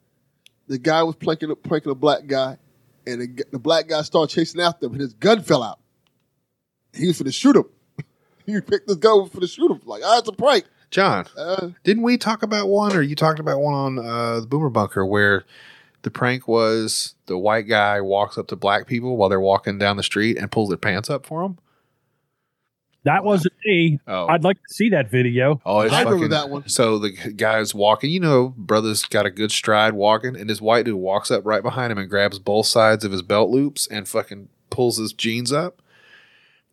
[SPEAKER 1] the guy was planking, pranking a black guy, and the, g- the black guy started chasing after him, and his gun fell out. He was for to shoot him. he picked his gun for to shoot him. Like, ah, it's a prank.
[SPEAKER 2] John,
[SPEAKER 1] Uh,
[SPEAKER 2] didn't we talk about one, or you talked about one on uh, the Boomer Bunker where the prank was the white guy walks up to black people while they're walking down the street and pulls their pants up for them?
[SPEAKER 3] That wasn't me.
[SPEAKER 2] Oh,
[SPEAKER 3] I'd like to see that video.
[SPEAKER 2] oh, it's
[SPEAKER 1] I remember
[SPEAKER 2] fucking-
[SPEAKER 1] that one.
[SPEAKER 2] So the guy's walking, you know, brother's got a good stride walking, and this white dude walks up right behind him and grabs both sides of his belt loops and fucking pulls his jeans up.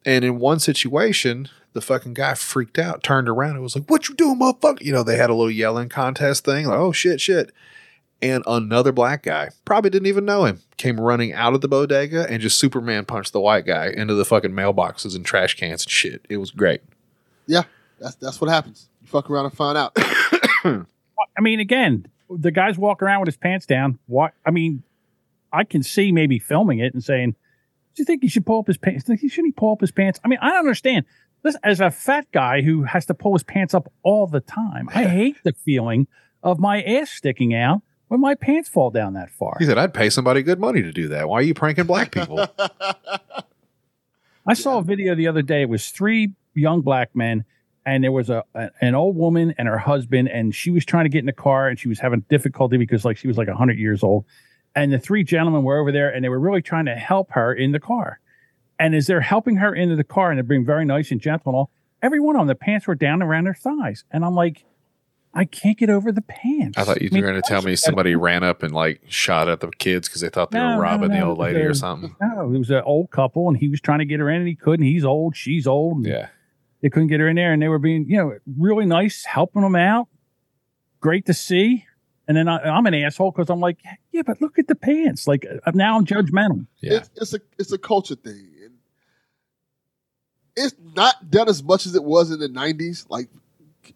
[SPEAKER 2] And in one situation, the fucking guy freaked out, turned around, and was like, What you doing, motherfucker? You know, they had a little yelling contest thing, like, oh shit, shit. And another black guy, probably didn't even know him, came running out of the bodega and just Superman punched the white guy into the fucking mailboxes and trash cans and shit. It was great.
[SPEAKER 1] Yeah, that's that's what happens. You fuck around and find out.
[SPEAKER 3] I mean, again, the guy's walking around with his pants down. What? I mean, I can see maybe filming it and saying, "Do you think he should pull up his pants? Think he shouldn't he pull up his pants?" I mean, I don't understand. This as a fat guy who has to pull his pants up all the time. I hate the feeling of my ass sticking out when my pants fall down that far.
[SPEAKER 2] He said, I'd pay somebody good money to do that. Why are you pranking black people?
[SPEAKER 3] I saw a video the other day. It was three young black men, and there was a, a- an old woman and her husband, and she was trying to get in the car, and she was having difficulty because like she was like hundred years old, and the three gentlemen were over there, and they were really trying to help her in the car, and as they're helping her into the car, and they're being very nice and gentle and all, everyone on the pants were down around their thighs, and I'm like, I can't get over the pants.
[SPEAKER 2] I thought you
[SPEAKER 3] mean,
[SPEAKER 2] were going to tell me somebody ran up and like shot at the kids because they thought they
[SPEAKER 3] No,
[SPEAKER 2] were
[SPEAKER 3] no,
[SPEAKER 2] robbing the
[SPEAKER 3] no,
[SPEAKER 2] old lady
[SPEAKER 3] they're-
[SPEAKER 2] or something.
[SPEAKER 3] No, it was an old couple, and he was trying to get her in, and he couldn't. He's old, she's old. and
[SPEAKER 2] Yeah.
[SPEAKER 3] they couldn't get her in there and they were being you know really nice helping them out great to see and then I, i'm an asshole because i'm like yeah but look at the pants like uh, now i'm judgmental
[SPEAKER 2] Yeah.
[SPEAKER 1] It's, it's a it's a culture thing. And it's not done as much as it was in the nineties. Like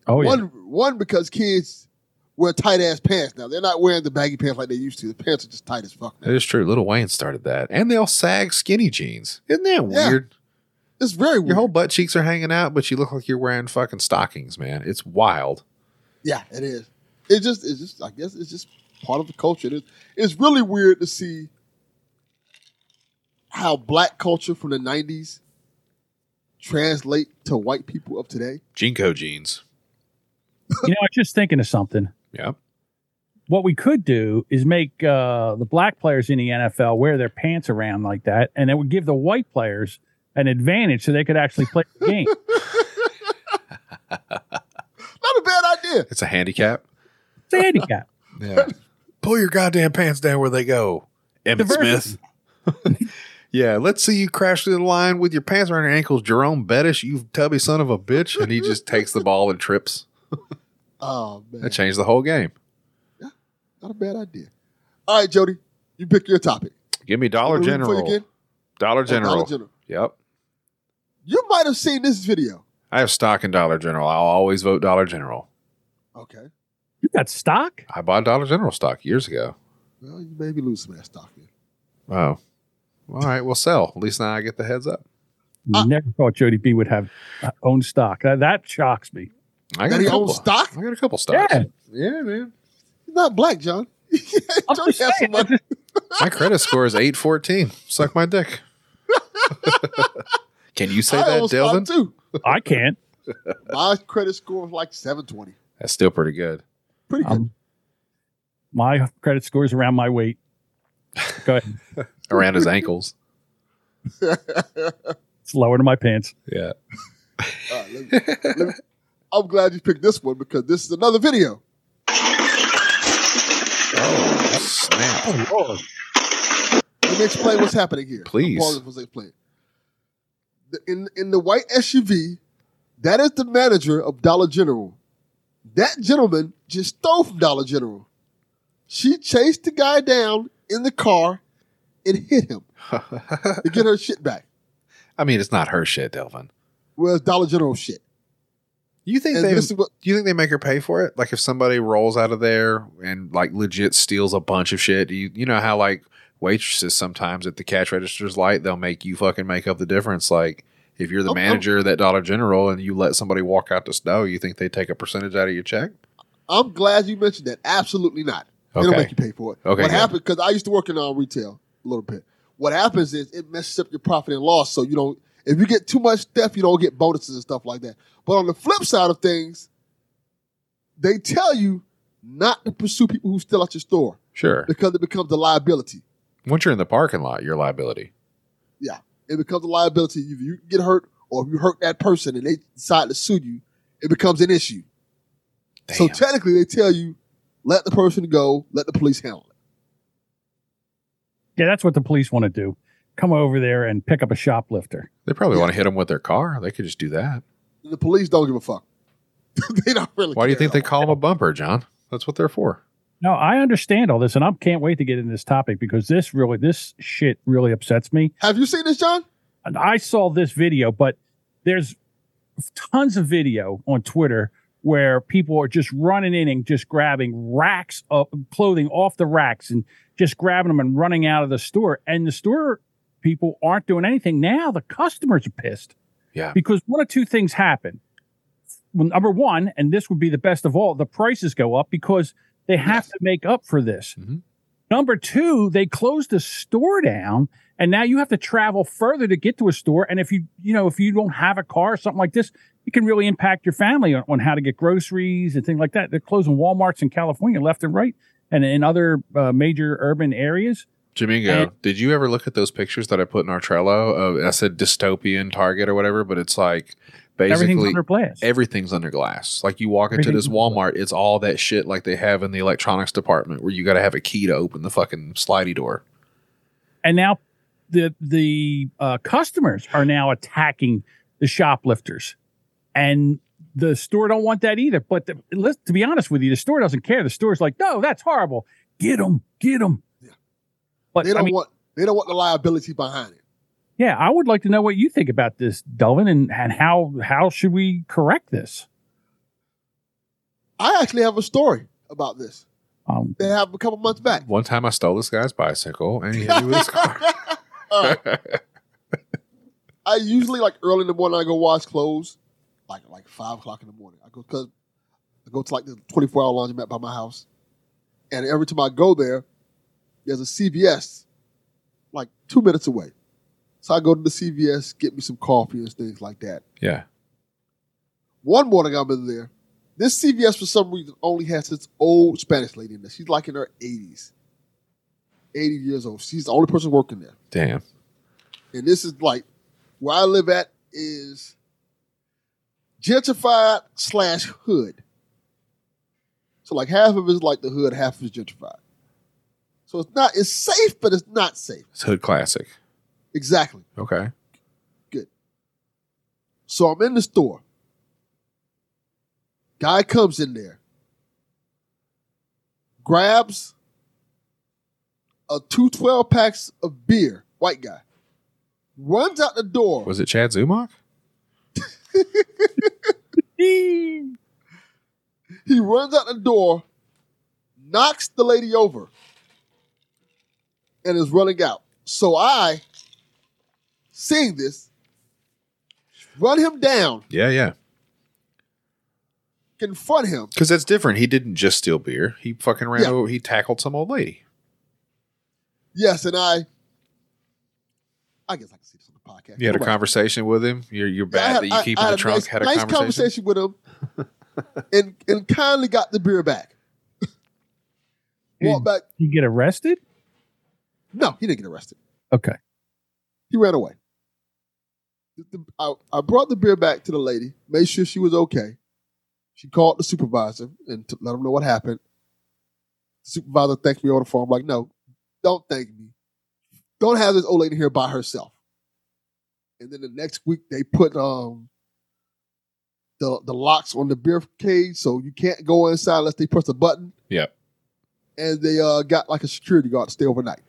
[SPEAKER 3] oh
[SPEAKER 1] one
[SPEAKER 3] yeah
[SPEAKER 1] one because kids wear tight ass pants now. They're not wearing the baggy pants like they used to. The pants are just tight as fuck
[SPEAKER 2] That
[SPEAKER 1] now.
[SPEAKER 2] is true. Little Wayne started that. And they all sag skinny jeans. Isn't that
[SPEAKER 1] Yeah.
[SPEAKER 2] weird?
[SPEAKER 1] It's very weird.
[SPEAKER 2] Your
[SPEAKER 3] Hmm.
[SPEAKER 2] whole butt cheeks are hanging out, but you look like you're wearing fucking stockings, man. It's wild.
[SPEAKER 1] yeah, it is. It just it's just I guess it's just part of the culture. It's it's really weird to see how black culture from the nineties translate to white people of today.
[SPEAKER 2] Jinko jeans.
[SPEAKER 3] you know i was just thinking of something
[SPEAKER 2] Yep.
[SPEAKER 3] what we could do is make uh, the black players in the nfl wear their pants around like that and it would give the white players an advantage so they could actually play the game
[SPEAKER 1] Not a bad idea.
[SPEAKER 2] It's a handicap.
[SPEAKER 3] it's a handicap
[SPEAKER 2] Yeah. Pull your goddamn pants down where they go, Emmett
[SPEAKER 3] Diversity.
[SPEAKER 2] Smith. yeah, let's see you crash through the line with your pants around your ankles, Jerome Bettis, you tubby son of a bitch. And he just takes the ball and trips.
[SPEAKER 1] Oh man.
[SPEAKER 2] That changed the whole game.
[SPEAKER 1] Not a bad idea. All right, Jody, you pick your topic.
[SPEAKER 2] Give me Dollar
[SPEAKER 1] What are we rooting for
[SPEAKER 2] General.
[SPEAKER 1] again?
[SPEAKER 2] Dollar
[SPEAKER 1] Oh,
[SPEAKER 2] General.
[SPEAKER 1] Dollar General.
[SPEAKER 2] Yep.
[SPEAKER 1] You might have seen this video.
[SPEAKER 2] I have stock in Dollar General. I'll always vote Dollar General.
[SPEAKER 1] Okay.
[SPEAKER 3] you got stock
[SPEAKER 2] I bought Dollar General stock years ago.
[SPEAKER 1] Well, you maybe lose some of that stock here.
[SPEAKER 2] Oh. All right, well, sell. At least now I get the heads up.
[SPEAKER 1] Ah.
[SPEAKER 3] never thought jody b would have uh, own stock that, that shocks me
[SPEAKER 2] I
[SPEAKER 1] That
[SPEAKER 2] got a
[SPEAKER 1] he
[SPEAKER 2] couple.
[SPEAKER 1] owns stock?
[SPEAKER 2] I got a couple stocks.
[SPEAKER 3] Yeah.
[SPEAKER 2] yeah man.
[SPEAKER 1] He's not black, John.
[SPEAKER 3] I'm
[SPEAKER 1] Jody has
[SPEAKER 3] just saying,
[SPEAKER 1] some money.
[SPEAKER 2] My credit score is 814. Suck my dick. Can you say
[SPEAKER 1] I
[SPEAKER 2] that,
[SPEAKER 1] own stock,
[SPEAKER 2] Delvin?
[SPEAKER 1] too.
[SPEAKER 3] I can't.
[SPEAKER 1] My credit score is like 720.
[SPEAKER 2] That's still pretty good.
[SPEAKER 1] Pretty good.
[SPEAKER 3] Um, my credit score is around my weight. Go ahead.
[SPEAKER 2] Around his ankles.
[SPEAKER 3] It's lower than my pants.
[SPEAKER 2] Yeah.
[SPEAKER 1] All right, let me- let me- I'm glad you picked this one because this is another video.
[SPEAKER 2] Oh, snap.
[SPEAKER 1] Let me explain what's happening here.
[SPEAKER 2] Please.
[SPEAKER 1] I'm pausing for a second, explain. The- In in the white SUV, that is the manager of Dollar General. That gentleman just stole from Dollar General. She chased the guy down in the car and hit him to get her shit back.
[SPEAKER 2] I mean, it's not her shit, Delvin.
[SPEAKER 1] Well, it's Dollar General shit.
[SPEAKER 2] You think
[SPEAKER 1] And
[SPEAKER 2] they
[SPEAKER 1] this is what
[SPEAKER 2] do you think they make her pay for it? Like if somebody rolls out of there and like legit steals a bunch of shit, do you you know how like waitresses sometimes at the cash registers light, they'll make you fucking make up the difference. Like if you're the
[SPEAKER 1] Oh, oh.
[SPEAKER 2] manager of that Dollar General and you let somebody walk out the snow, you think they take a percentage out of your check?
[SPEAKER 1] I'm glad you mentioned that. Absolutely not. They
[SPEAKER 2] Okay.
[SPEAKER 1] don't make you pay for it.
[SPEAKER 2] Okay,
[SPEAKER 1] what
[SPEAKER 2] good.
[SPEAKER 1] happened? Because I used to work in uh, retail a little bit. What happens is it messes up your profit and loss. So you don't. If you get too much stuff, you don't get bonuses and stuff like that. But on the flip side of things, they tell you not to pursue people who steal out your store
[SPEAKER 2] Sure.
[SPEAKER 1] because it becomes a liability.
[SPEAKER 2] Once you're in the parking lot, your liability.
[SPEAKER 1] Yeah, it becomes a liability. If you get hurt or if you hurt that person and they decide to sue you, it becomes an issue. So
[SPEAKER 2] Damn.
[SPEAKER 1] technically, they tell you let the person go, let the police handle it.
[SPEAKER 3] Yeah, that's what the police want to do. Come over there and pick up a shoplifter.
[SPEAKER 2] They probably want to hit them with their car. They could just do that.
[SPEAKER 1] The police don't give a fuck. they don't really.
[SPEAKER 2] Why do you
[SPEAKER 1] care
[SPEAKER 2] think they
[SPEAKER 1] at all.
[SPEAKER 2] call them a bumper, John? That's what they're for.
[SPEAKER 3] No, I understand all this, and I can't wait to get into this topic because this really, this shit really upsets me.
[SPEAKER 1] Have you seen this, John?
[SPEAKER 3] And I saw this video, but there's tons of video on Twitter where people are just running in and just grabbing racks of clothing off the racks and just grabbing them and running out of the store. And the store people aren't doing anything. Now the customers are pissed.
[SPEAKER 2] Yeah.
[SPEAKER 3] Because one of two things happen. Well, number one, and this would be the best of all, the prices go up because they have to make up for this.
[SPEAKER 2] Mhm.
[SPEAKER 3] Number two, they close the store down and now you have to travel further to get to a store. And if you, you know, if you don't have a car or something like this, it can really impact your family on, on how to get groceries and things like that. They're closing Walmarts in California left and right and in other uh, major urban areas.
[SPEAKER 2] Jamingo, did you ever look at those pictures that I put in our Trello? Of, I said dystopian Target or whatever, but it's like
[SPEAKER 3] Everything's
[SPEAKER 2] basically
[SPEAKER 3] under blast.
[SPEAKER 2] everything's under glass. Like you walk into
[SPEAKER 3] Everything's
[SPEAKER 2] this Walmart, it's all that shit like they have in the electronics department where you got to have a key to open the fucking slidey door.
[SPEAKER 3] and now the the uh, customers are now attacking the shoplifters, and the store don't want that either. But the, let's, to be honest with you, the store doesn't care. The store's like, no, that's horrible. Get them, get them. But
[SPEAKER 1] They don't
[SPEAKER 3] I mean,
[SPEAKER 1] want. They don't want the liability behind it.
[SPEAKER 3] yeah, I would like to know what you think about this, Delvin, and, and how how should we correct this?
[SPEAKER 1] I actually have a story about this.
[SPEAKER 3] Um,
[SPEAKER 1] They have a couple months back.
[SPEAKER 2] One time I stole this guy's bicycle and he hit me with his car.
[SPEAKER 1] Uh, I usually like early in the morning. I go wash clothes, like like five o'clock in the morning. I go cause I go to like the twenty four hour laundromat by my house, and every time I go there, there's a CVS like two minutes away. So I go to the CVS, get me some coffee and things like that.
[SPEAKER 2] yeah.
[SPEAKER 1] One morning I'm in there. This CVS for some reason only has this old Spanish lady in there. She's like in her 80s, 80 years old. She's the only person working there
[SPEAKER 2] Damn.
[SPEAKER 1] and this is like where I live at is gentrified slash hood. So like half of it is like the hood, half of it is gentrified. So it's not it's safe, but it's not safe.
[SPEAKER 2] It's hood classic.
[SPEAKER 1] Exactly.
[SPEAKER 2] Okay.
[SPEAKER 1] So I'm in the store. Guy comes in there, grabs a two twelve packs of beer, white guy, runs out the door.
[SPEAKER 2] Was it Chad Zumach?
[SPEAKER 1] He runs out the door, knocks the lady over, and is running out. So I, seeing this, run him down,
[SPEAKER 2] Yeah, yeah.
[SPEAKER 1] confront him.
[SPEAKER 2] Because that's different. He didn't just steal beer. He fucking ran
[SPEAKER 1] Yeah.
[SPEAKER 2] over. He tackled some old lady.
[SPEAKER 1] Yes, and I, I guess I can see this on the podcast.
[SPEAKER 2] You had a
[SPEAKER 1] Nobody-
[SPEAKER 2] conversation with him. You're you're
[SPEAKER 1] I
[SPEAKER 2] bad
[SPEAKER 1] had-
[SPEAKER 2] that you
[SPEAKER 1] I-
[SPEAKER 2] keep
[SPEAKER 1] I
[SPEAKER 2] in the
[SPEAKER 1] had
[SPEAKER 2] trunk.
[SPEAKER 1] nice,
[SPEAKER 2] had a
[SPEAKER 1] nice conversation
[SPEAKER 2] conversation.
[SPEAKER 1] with him, and and kindly got the beer back. Walked back.
[SPEAKER 3] You get arrested?
[SPEAKER 1] No, he didn't get arrested.
[SPEAKER 3] Okay.
[SPEAKER 1] He ran away. The- I, I brought the beer back to the lady, made sure she was okay. She called the supervisor and t- let him know what happened. The supervisor thanked me on the phone. I'm like, no, don't thank me. Don't have this old lady here by herself. And then the next week they put um the the locks on the beer cage, so you can't go inside unless they press a button.
[SPEAKER 2] Yeah.
[SPEAKER 1] And they uh, got like a security guard to stay overnight.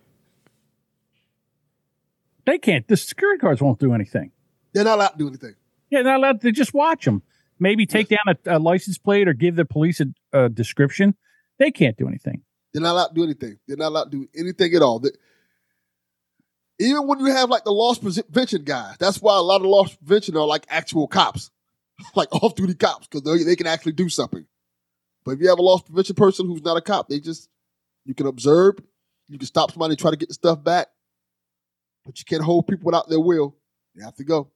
[SPEAKER 3] They can't. The security guards won't do anything.
[SPEAKER 1] They're not allowed to do anything.
[SPEAKER 3] Yeah, not allowed to just watch them. Maybe take down a, a license plate or give the police a, a description. They can't do anything.
[SPEAKER 1] They're not allowed to do anything. They're not allowed to do anything at all. They- even when you have like the loss prevention guys, that's why a lot of loss prevention are like actual cops, like off duty cops, because they, they can actually do something. But if you have a loss prevention person who's not a cop, they just, you can observe, you can stop somebody and try to get the stuff back, but you can't hold people without their will. They have to go.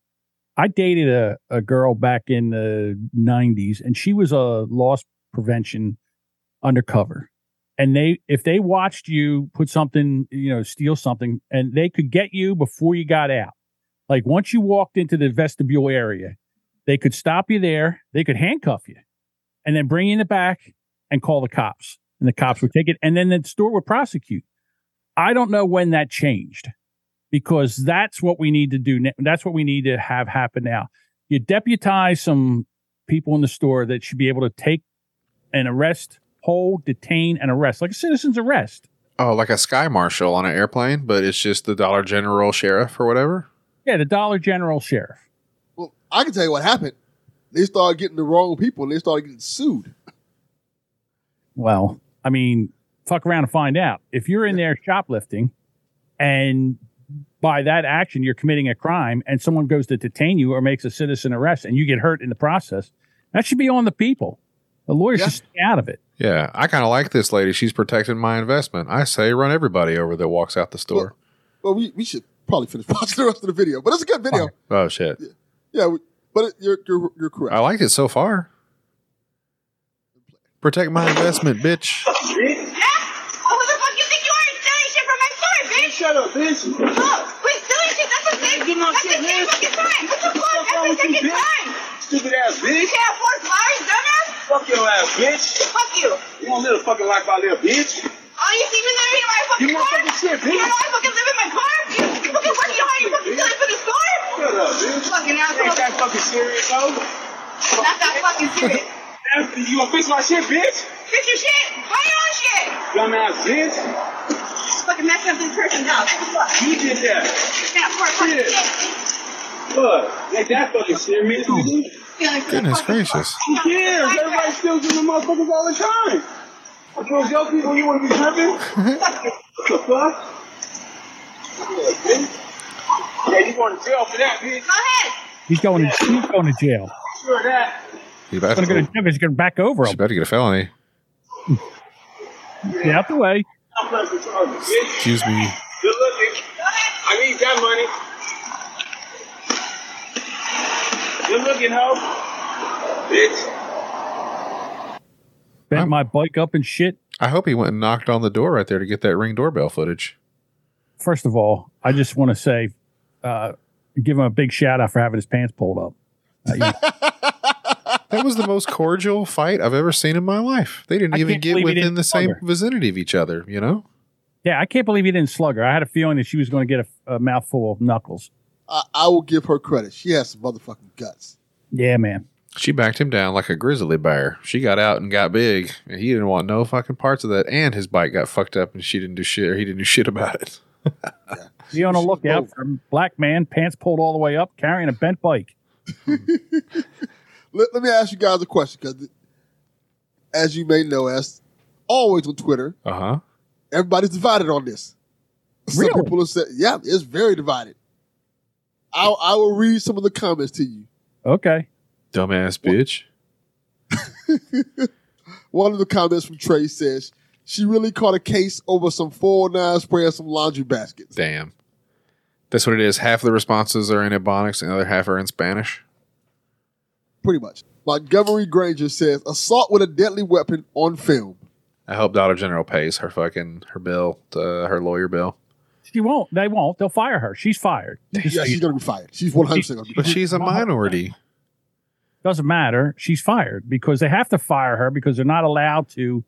[SPEAKER 3] I dated a, a girl back in the 90s, and she was a loss prevention undercover. And they, if they watched you put something, you know, steal something, and they could get you before you got out. Like once you walked into the vestibule area, they could stop you there. They could handcuff you and then bring you in the back and call the cops. And the cops would take it. And then the store would prosecute. I don't know when that changed because that's what we need to do. Now. That's what we need to have happen now. You deputize some people in the store that should be able to take and arrest, hold, detain, and arrest, like a citizen's arrest.
[SPEAKER 2] Oh, like a sky marshal on an airplane, but it's just the Dollar General sheriff or whatever.
[SPEAKER 3] Yeah, the Dollar General sheriff.
[SPEAKER 1] Well, I can tell you what happened. They started getting the wrong people and they started getting sued.
[SPEAKER 3] Well, I mean, fuck around and find out. If you're in there shoplifting and by that action you're committing a crime and someone goes to detain you or makes a citizen arrest and you get hurt in the process, that should be on the people. The lawyers
[SPEAKER 1] Yeah.
[SPEAKER 3] should stay out of it.
[SPEAKER 2] Yeah, I kind of like this lady. She's protecting my investment. I say run everybody over that walks out the store.
[SPEAKER 1] Well, we, we should probably finish watching the rest of the video, but it's a good video.
[SPEAKER 2] oh shit,
[SPEAKER 1] Yeah, we, but it, you're, you're you're correct.
[SPEAKER 2] I liked it so far. Protect my investment, bitch.
[SPEAKER 4] Who the fuck you think you are stealing shit from my store, bitch?
[SPEAKER 5] Shut up, bitch.
[SPEAKER 4] Look, we're stealing shit. That's the same.
[SPEAKER 5] Get my
[SPEAKER 4] that's
[SPEAKER 5] shit,
[SPEAKER 4] the
[SPEAKER 5] man.
[SPEAKER 4] same fucking time. What the fuck?
[SPEAKER 5] What's wrong
[SPEAKER 4] That's the
[SPEAKER 5] with
[SPEAKER 4] second
[SPEAKER 5] you, bitch?
[SPEAKER 4] time.
[SPEAKER 5] Stupid ass
[SPEAKER 4] You
[SPEAKER 5] bitch.
[SPEAKER 4] can't afford flowers, dumbass.
[SPEAKER 5] Fuck your ass, bitch.
[SPEAKER 4] Fuck you.
[SPEAKER 5] You don't live a fucking life out there, bitch.
[SPEAKER 4] All you see me living in my fucking
[SPEAKER 5] You
[SPEAKER 4] car.
[SPEAKER 5] motherfucking shit,
[SPEAKER 4] You know
[SPEAKER 5] bitch.
[SPEAKER 4] I fucking live in my car. You fucking working hard. You fucking stealing from the store.
[SPEAKER 5] Shut up, bitch.
[SPEAKER 4] Fucking
[SPEAKER 5] Ain't
[SPEAKER 4] asshole.
[SPEAKER 5] that fucking serious, though?
[SPEAKER 4] Not that fucking serious.
[SPEAKER 5] After you gonna fix my shit, bitch?
[SPEAKER 4] Fix your shit. Buy your own shit.
[SPEAKER 5] Dumbass bitch.
[SPEAKER 4] Fucking messing up this person's house. Fuck.
[SPEAKER 5] You did that.
[SPEAKER 4] You can't afford fucking
[SPEAKER 5] Shit.
[SPEAKER 4] shit.
[SPEAKER 5] Fuck. Ain't that fucking serious? Who
[SPEAKER 4] Stealing from the
[SPEAKER 2] Goodness
[SPEAKER 4] fucking
[SPEAKER 2] gracious.
[SPEAKER 4] store.
[SPEAKER 5] cares? Everybody steals from the motherfuckers all the time. If you're guilty, when you wanna be driven? what the fuck? Yeah, bitch. Yeah, you going to jail for that, bitch.
[SPEAKER 4] Go ahead.
[SPEAKER 3] He's going to, he's going to jail.
[SPEAKER 5] Sure that.
[SPEAKER 2] You about
[SPEAKER 3] He's
[SPEAKER 2] to,
[SPEAKER 3] going to jail because you're going to back over
[SPEAKER 2] Oh. she
[SPEAKER 3] him.
[SPEAKER 2] about to get a felony.
[SPEAKER 3] Get out the way.
[SPEAKER 5] I'm not retarded, bitch.
[SPEAKER 2] Excuse me.
[SPEAKER 5] Good looking. I need that money. Good looking, hoe. Bitch.
[SPEAKER 3] Bent
[SPEAKER 2] I'm-
[SPEAKER 3] my bike up and shit.
[SPEAKER 2] I hope he went and knocked on the door right there to get that ring doorbell footage.
[SPEAKER 3] First of all, I just want to say, uh, give him a big shout out for having his pants pulled up.
[SPEAKER 2] That was the most cordial fight I've ever seen in my life. They didn't
[SPEAKER 3] I
[SPEAKER 2] even
[SPEAKER 3] can't
[SPEAKER 2] get
[SPEAKER 3] believe he
[SPEAKER 2] within
[SPEAKER 3] didn't
[SPEAKER 2] the same
[SPEAKER 3] bother.
[SPEAKER 2] vicinity of each other, you know?
[SPEAKER 3] Yeah, I can't believe he didn't slug her. I had a feeling that she was going to get a, a mouthful of knuckles.
[SPEAKER 1] I, I will give her credit. She has some motherfucking guts.
[SPEAKER 3] Yeah, man.
[SPEAKER 2] She backed him down like a grizzly bear. She got out and got big, and he didn't want no fucking parts of that. And his bike got fucked up, and she didn't do shit, or he didn't do shit about it.
[SPEAKER 3] Be on the
[SPEAKER 1] She's
[SPEAKER 3] lookout
[SPEAKER 1] bold.
[SPEAKER 3] for a black man, pants pulled all the way up, carrying a bent bike.
[SPEAKER 1] Let, let me ask you guys a question because, as you may know, as always on Twitter,
[SPEAKER 2] Uh huh.
[SPEAKER 1] everybody's divided on this. Some
[SPEAKER 3] Really?
[SPEAKER 1] people have said, "Yeah, it's very divided." I I will read some of the comments to you.
[SPEAKER 3] Okay.
[SPEAKER 2] Dumbass bitch.
[SPEAKER 1] One of the comments from Trey says she really caught a case over some four nine spray and some laundry baskets.
[SPEAKER 2] Damn. That's what it is. Half of the responses are in Ebonics, and the other half are in Spanish.
[SPEAKER 1] Pretty much. Montgomery Granger says assault with a deadly weapon on film.
[SPEAKER 2] I hope Dollar General pays her fucking her bill, uh, her lawyer bill.
[SPEAKER 3] She won't. They won't. They'll fire her. She's fired. Just
[SPEAKER 1] Yeah,
[SPEAKER 3] so you-
[SPEAKER 1] she's gonna be fired. She's one hundred percent gonna be
[SPEAKER 2] But
[SPEAKER 1] fired.
[SPEAKER 2] she's a minority.
[SPEAKER 3] doesn't matter. She's fired because they have to fire her because they're not allowed to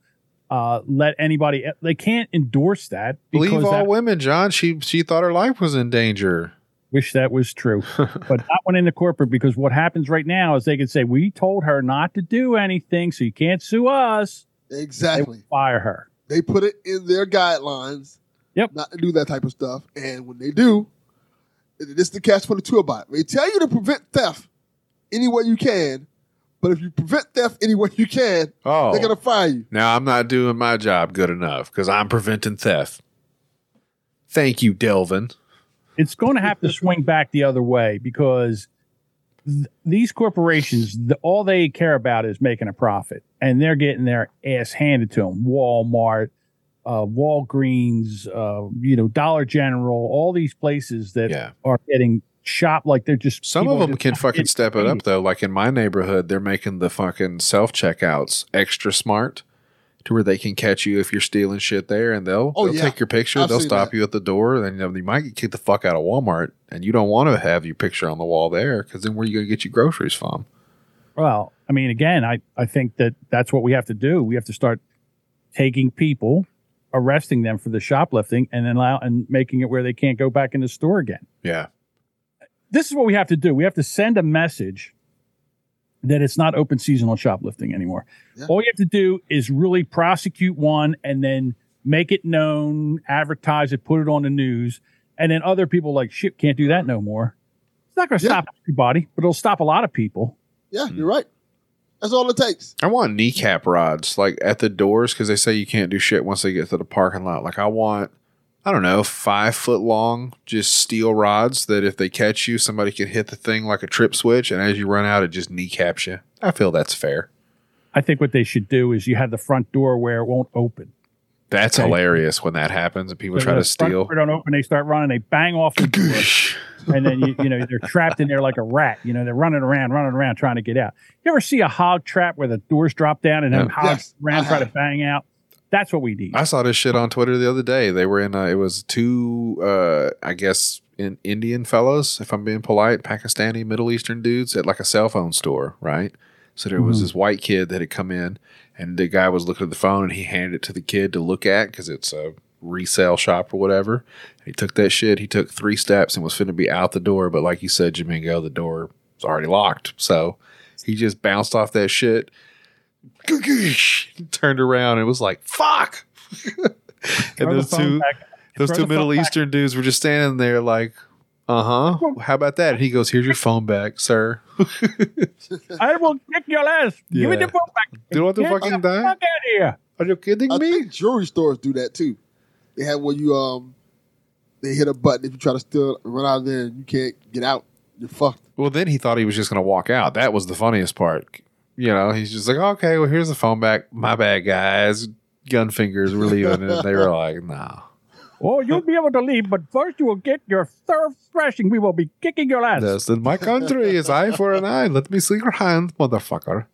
[SPEAKER 3] uh, let anybody. They can't endorse that. Because
[SPEAKER 2] Believe all
[SPEAKER 3] that-
[SPEAKER 2] women, John. She she thought her life was in danger.
[SPEAKER 3] Wish that was true, but not when in the corporate because what happens right now is they can say we told her not to do anything, so you can't sue us. They
[SPEAKER 1] Exactly.
[SPEAKER 3] will fire her.
[SPEAKER 1] They put it in their guidelines.
[SPEAKER 3] Yep.
[SPEAKER 1] Not to do that type of stuff. And when they do, this is the catch for the tour bot. They tell you to prevent theft any way you can, but if you prevent theft any way you can,
[SPEAKER 2] Oh,
[SPEAKER 1] they're gonna fire you.
[SPEAKER 2] now I'm not doing my job good enough because I'm preventing theft. Thank you, Delvin.
[SPEAKER 3] It's going to have to swing back the other way because th- these corporations, the, all they care about is making a profit, and they're getting their ass handed to them. Walmart, uh, Walgreens, uh, you know, Dollar General, all these places that
[SPEAKER 2] Yeah.
[SPEAKER 3] are getting shop. Like they're just
[SPEAKER 2] Some of
[SPEAKER 3] people
[SPEAKER 2] them
[SPEAKER 3] just-
[SPEAKER 2] can fucking
[SPEAKER 3] it's
[SPEAKER 2] step it up
[SPEAKER 3] crazy.
[SPEAKER 2] though. Like in my neighborhood, they're making the fucking self checkouts extra smart to where they can catch you if you're stealing shit there, and they'll
[SPEAKER 1] Oh,
[SPEAKER 2] they'll
[SPEAKER 1] yeah.
[SPEAKER 2] take your picture,
[SPEAKER 1] I've
[SPEAKER 2] they'll
[SPEAKER 1] seen
[SPEAKER 2] stop
[SPEAKER 1] that.
[SPEAKER 2] you at the door, then you, know, you might get kicked the fuck out of Walmart, and you don't want to have your picture on the wall there because then where you gonna get your groceries from?
[SPEAKER 3] Well, I mean, again, I, I think that that's what we have to do. We have to start taking people, arresting them for the shoplifting, and then allow and making it where they can't go back in the store again.
[SPEAKER 2] Yeah,
[SPEAKER 3] This is what we have to do. We have to send a message that it's not open season on shoplifting anymore.
[SPEAKER 1] Yeah.
[SPEAKER 3] All you have to do is really prosecute one and then make it known, advertise it, put it on the news, and then other people like shit can't do that no more. It's not going to
[SPEAKER 1] Yeah.
[SPEAKER 3] stop everybody, but it'll stop a lot of people.
[SPEAKER 1] Yeah, you're right. That's all it takes.
[SPEAKER 2] I want kneecap rods like at the doors because they say you can't do shit once they get to the parking lot. Like I want, I don't know, five foot long just steel rods that if they catch you, somebody can hit the thing like a trip switch, and as you run out, it just kneecaps you. I feel that's fair.
[SPEAKER 3] I think what they should do is you have the front door where it won't open.
[SPEAKER 2] That's
[SPEAKER 3] Okay.
[SPEAKER 2] hilarious when that happens and people
[SPEAKER 3] So
[SPEAKER 2] try
[SPEAKER 3] the
[SPEAKER 2] to
[SPEAKER 3] front
[SPEAKER 2] steal.
[SPEAKER 3] door don't open. They start running. They bang off the door, and then you, you know they're trapped in there like a rat. You know they're running around, running around trying to get out. You ever see a hog trap where the doors drop down and then
[SPEAKER 2] Yeah.
[SPEAKER 3] hogs
[SPEAKER 1] Yes,
[SPEAKER 3] around
[SPEAKER 1] I
[SPEAKER 3] try to
[SPEAKER 1] have.
[SPEAKER 3] bang out? That's what we need.
[SPEAKER 2] I saw this shit on Twitter the other day. They were in uh it was two uh I guess in Indian fellows, if I'm being polite, Pakistani Middle Eastern dudes at like a cell phone store, right? So there was
[SPEAKER 3] Mhm.
[SPEAKER 2] this white kid that had come in and the guy was looking at the phone and he handed it to the kid to look at cuz it's a resale shop or whatever. He took that shit, he took 3 steps and was finna be out the door, but like you said Jamingo, the door was already locked. So he just bounced off that shit turned around and was like, "Fuck!" and
[SPEAKER 3] Throw the
[SPEAKER 2] those
[SPEAKER 3] phone
[SPEAKER 2] two,
[SPEAKER 3] back.
[SPEAKER 2] those
[SPEAKER 3] Throw
[SPEAKER 2] two
[SPEAKER 3] the phone
[SPEAKER 2] Middle
[SPEAKER 3] back.
[SPEAKER 2] Eastern dudes were just standing there, like, "Uh huh." How about that? And he goes, "Here's your phone back, sir."
[SPEAKER 3] I will kick your ass. Give me
[SPEAKER 2] Yeah.
[SPEAKER 3] the phone back.
[SPEAKER 2] Do you want to
[SPEAKER 3] Get
[SPEAKER 2] fucking die?
[SPEAKER 3] Fuck out of here.
[SPEAKER 2] Are you kidding
[SPEAKER 1] I
[SPEAKER 2] me?
[SPEAKER 1] think jewelry stores do that too. They have where you um, they hit a button if you try to steal, run out of there, and you can't get out. You're fucked.
[SPEAKER 2] Well, then he thought he was just gonna walk out. That was the funniest part. You know, he's just like, "Okay, well, here's the phone back. My bad, guys." Gun fingers were leaving, and they were like, "Nah."
[SPEAKER 3] Oh, you'll be able to leave, but first you will get your third thrashing. We will be kicking your ass.
[SPEAKER 2] This in my country is eye for an eye. Let me see your hand, motherfucker.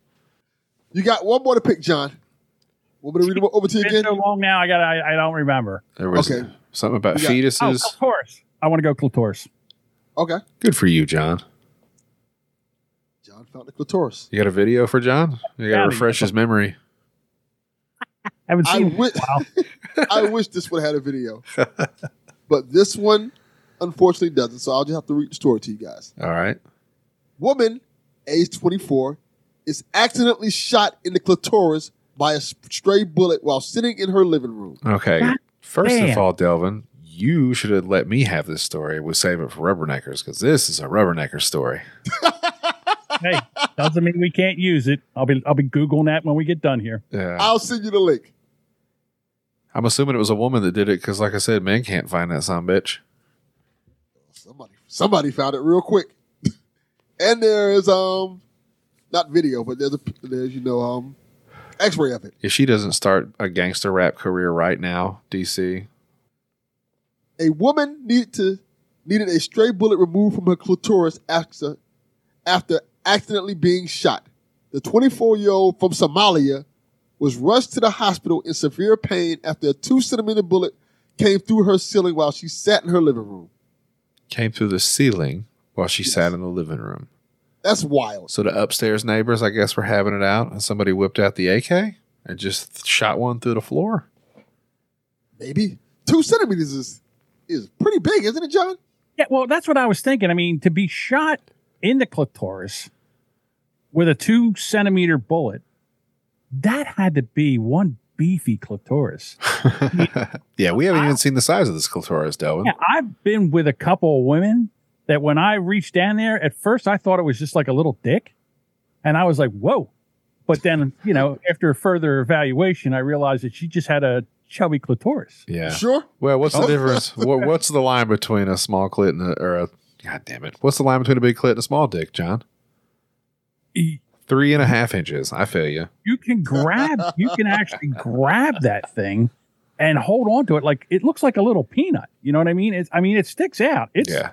[SPEAKER 1] You got one more to pick, John. Want me to read them over to you
[SPEAKER 3] It's been
[SPEAKER 1] again?
[SPEAKER 3] so long now. I got. I, I don't remember.
[SPEAKER 2] There was
[SPEAKER 1] Okay.
[SPEAKER 2] something about
[SPEAKER 1] Yeah.
[SPEAKER 3] Oh,
[SPEAKER 2] fetuses.
[SPEAKER 3] clitoris. I want to go clitoris.
[SPEAKER 1] Okay.
[SPEAKER 2] Good for you, John.
[SPEAKER 1] John found the clitoris.
[SPEAKER 2] You got a video for John? You got to
[SPEAKER 3] Yeah,
[SPEAKER 2] refresh his memory.
[SPEAKER 3] I haven't
[SPEAKER 1] I
[SPEAKER 3] seen it.
[SPEAKER 1] wish, I wish this would have had a video, but this one unfortunately doesn't. So I'll just have to read the story to you guys.
[SPEAKER 2] All right.
[SPEAKER 1] Woman, age 24, is accidentally shot in the clitoris by a s- stray bullet while sitting in her living room.
[SPEAKER 2] Okay.
[SPEAKER 3] God
[SPEAKER 2] First of
[SPEAKER 3] damn.
[SPEAKER 2] all, Delvin, you should have let me have this story. We'll save it for Rubberneckers because this is a Rubbernecker story.
[SPEAKER 3] hey, doesn't mean we can't use it. I'll be I'll be googling that when we get done here.
[SPEAKER 2] Yeah.
[SPEAKER 1] I'll send you the link.
[SPEAKER 2] Uh, I'm assuming it was a woman that did it because, like I said, men can't find that son bitch.
[SPEAKER 1] Somebody, somebody found it real quick. and there is um, not video, but there's a p- there's you know um, X-ray of it.
[SPEAKER 2] If she doesn't start a gangster rap career right now, DC,
[SPEAKER 1] A woman needed to needed a stray bullet removed from her clitoris after after accidentally being shot. The 24 year old from Somalia was rushed to the hospital in severe pain after a two centimeter bullet came through her ceiling while she sat in her living room.
[SPEAKER 2] came through the ceiling while she sat in the living room.
[SPEAKER 1] That's wild.
[SPEAKER 2] So the upstairs neighbors, I guess, were having it out, and somebody whipped out the AK and just shot one through the floor.
[SPEAKER 1] Maybe two centimeters is is pretty big, isn't it, John?
[SPEAKER 3] Yeah, well, that's what I was thinking. I mean, to be shot in the clitoris with a two centimeter bullet, that had to be one beefy clitoris.
[SPEAKER 2] yeah, we haven't even seen the size of this clitoris, Delvin.
[SPEAKER 3] Yeah, I've been with a couple of women that when I reached down there, at first I thought it was just like a little dick, and I was like, whoa. But then, you know, after further evaluation, I realized that she just had a chubby clitoris.
[SPEAKER 2] Yeah.
[SPEAKER 1] Sure.
[SPEAKER 2] Well, what's the
[SPEAKER 1] Oh.
[SPEAKER 2] difference? what, what's the line between a small clit and a, or a God damn it? What's the line between a big clit and a small dick, John?
[SPEAKER 3] E-
[SPEAKER 2] Three and a half inches. I feel you.
[SPEAKER 3] you can grab you can actually grab that thing and hold on to it like it looks like a little peanut you know what i mean it's i mean it sticks out it's
[SPEAKER 2] yeah.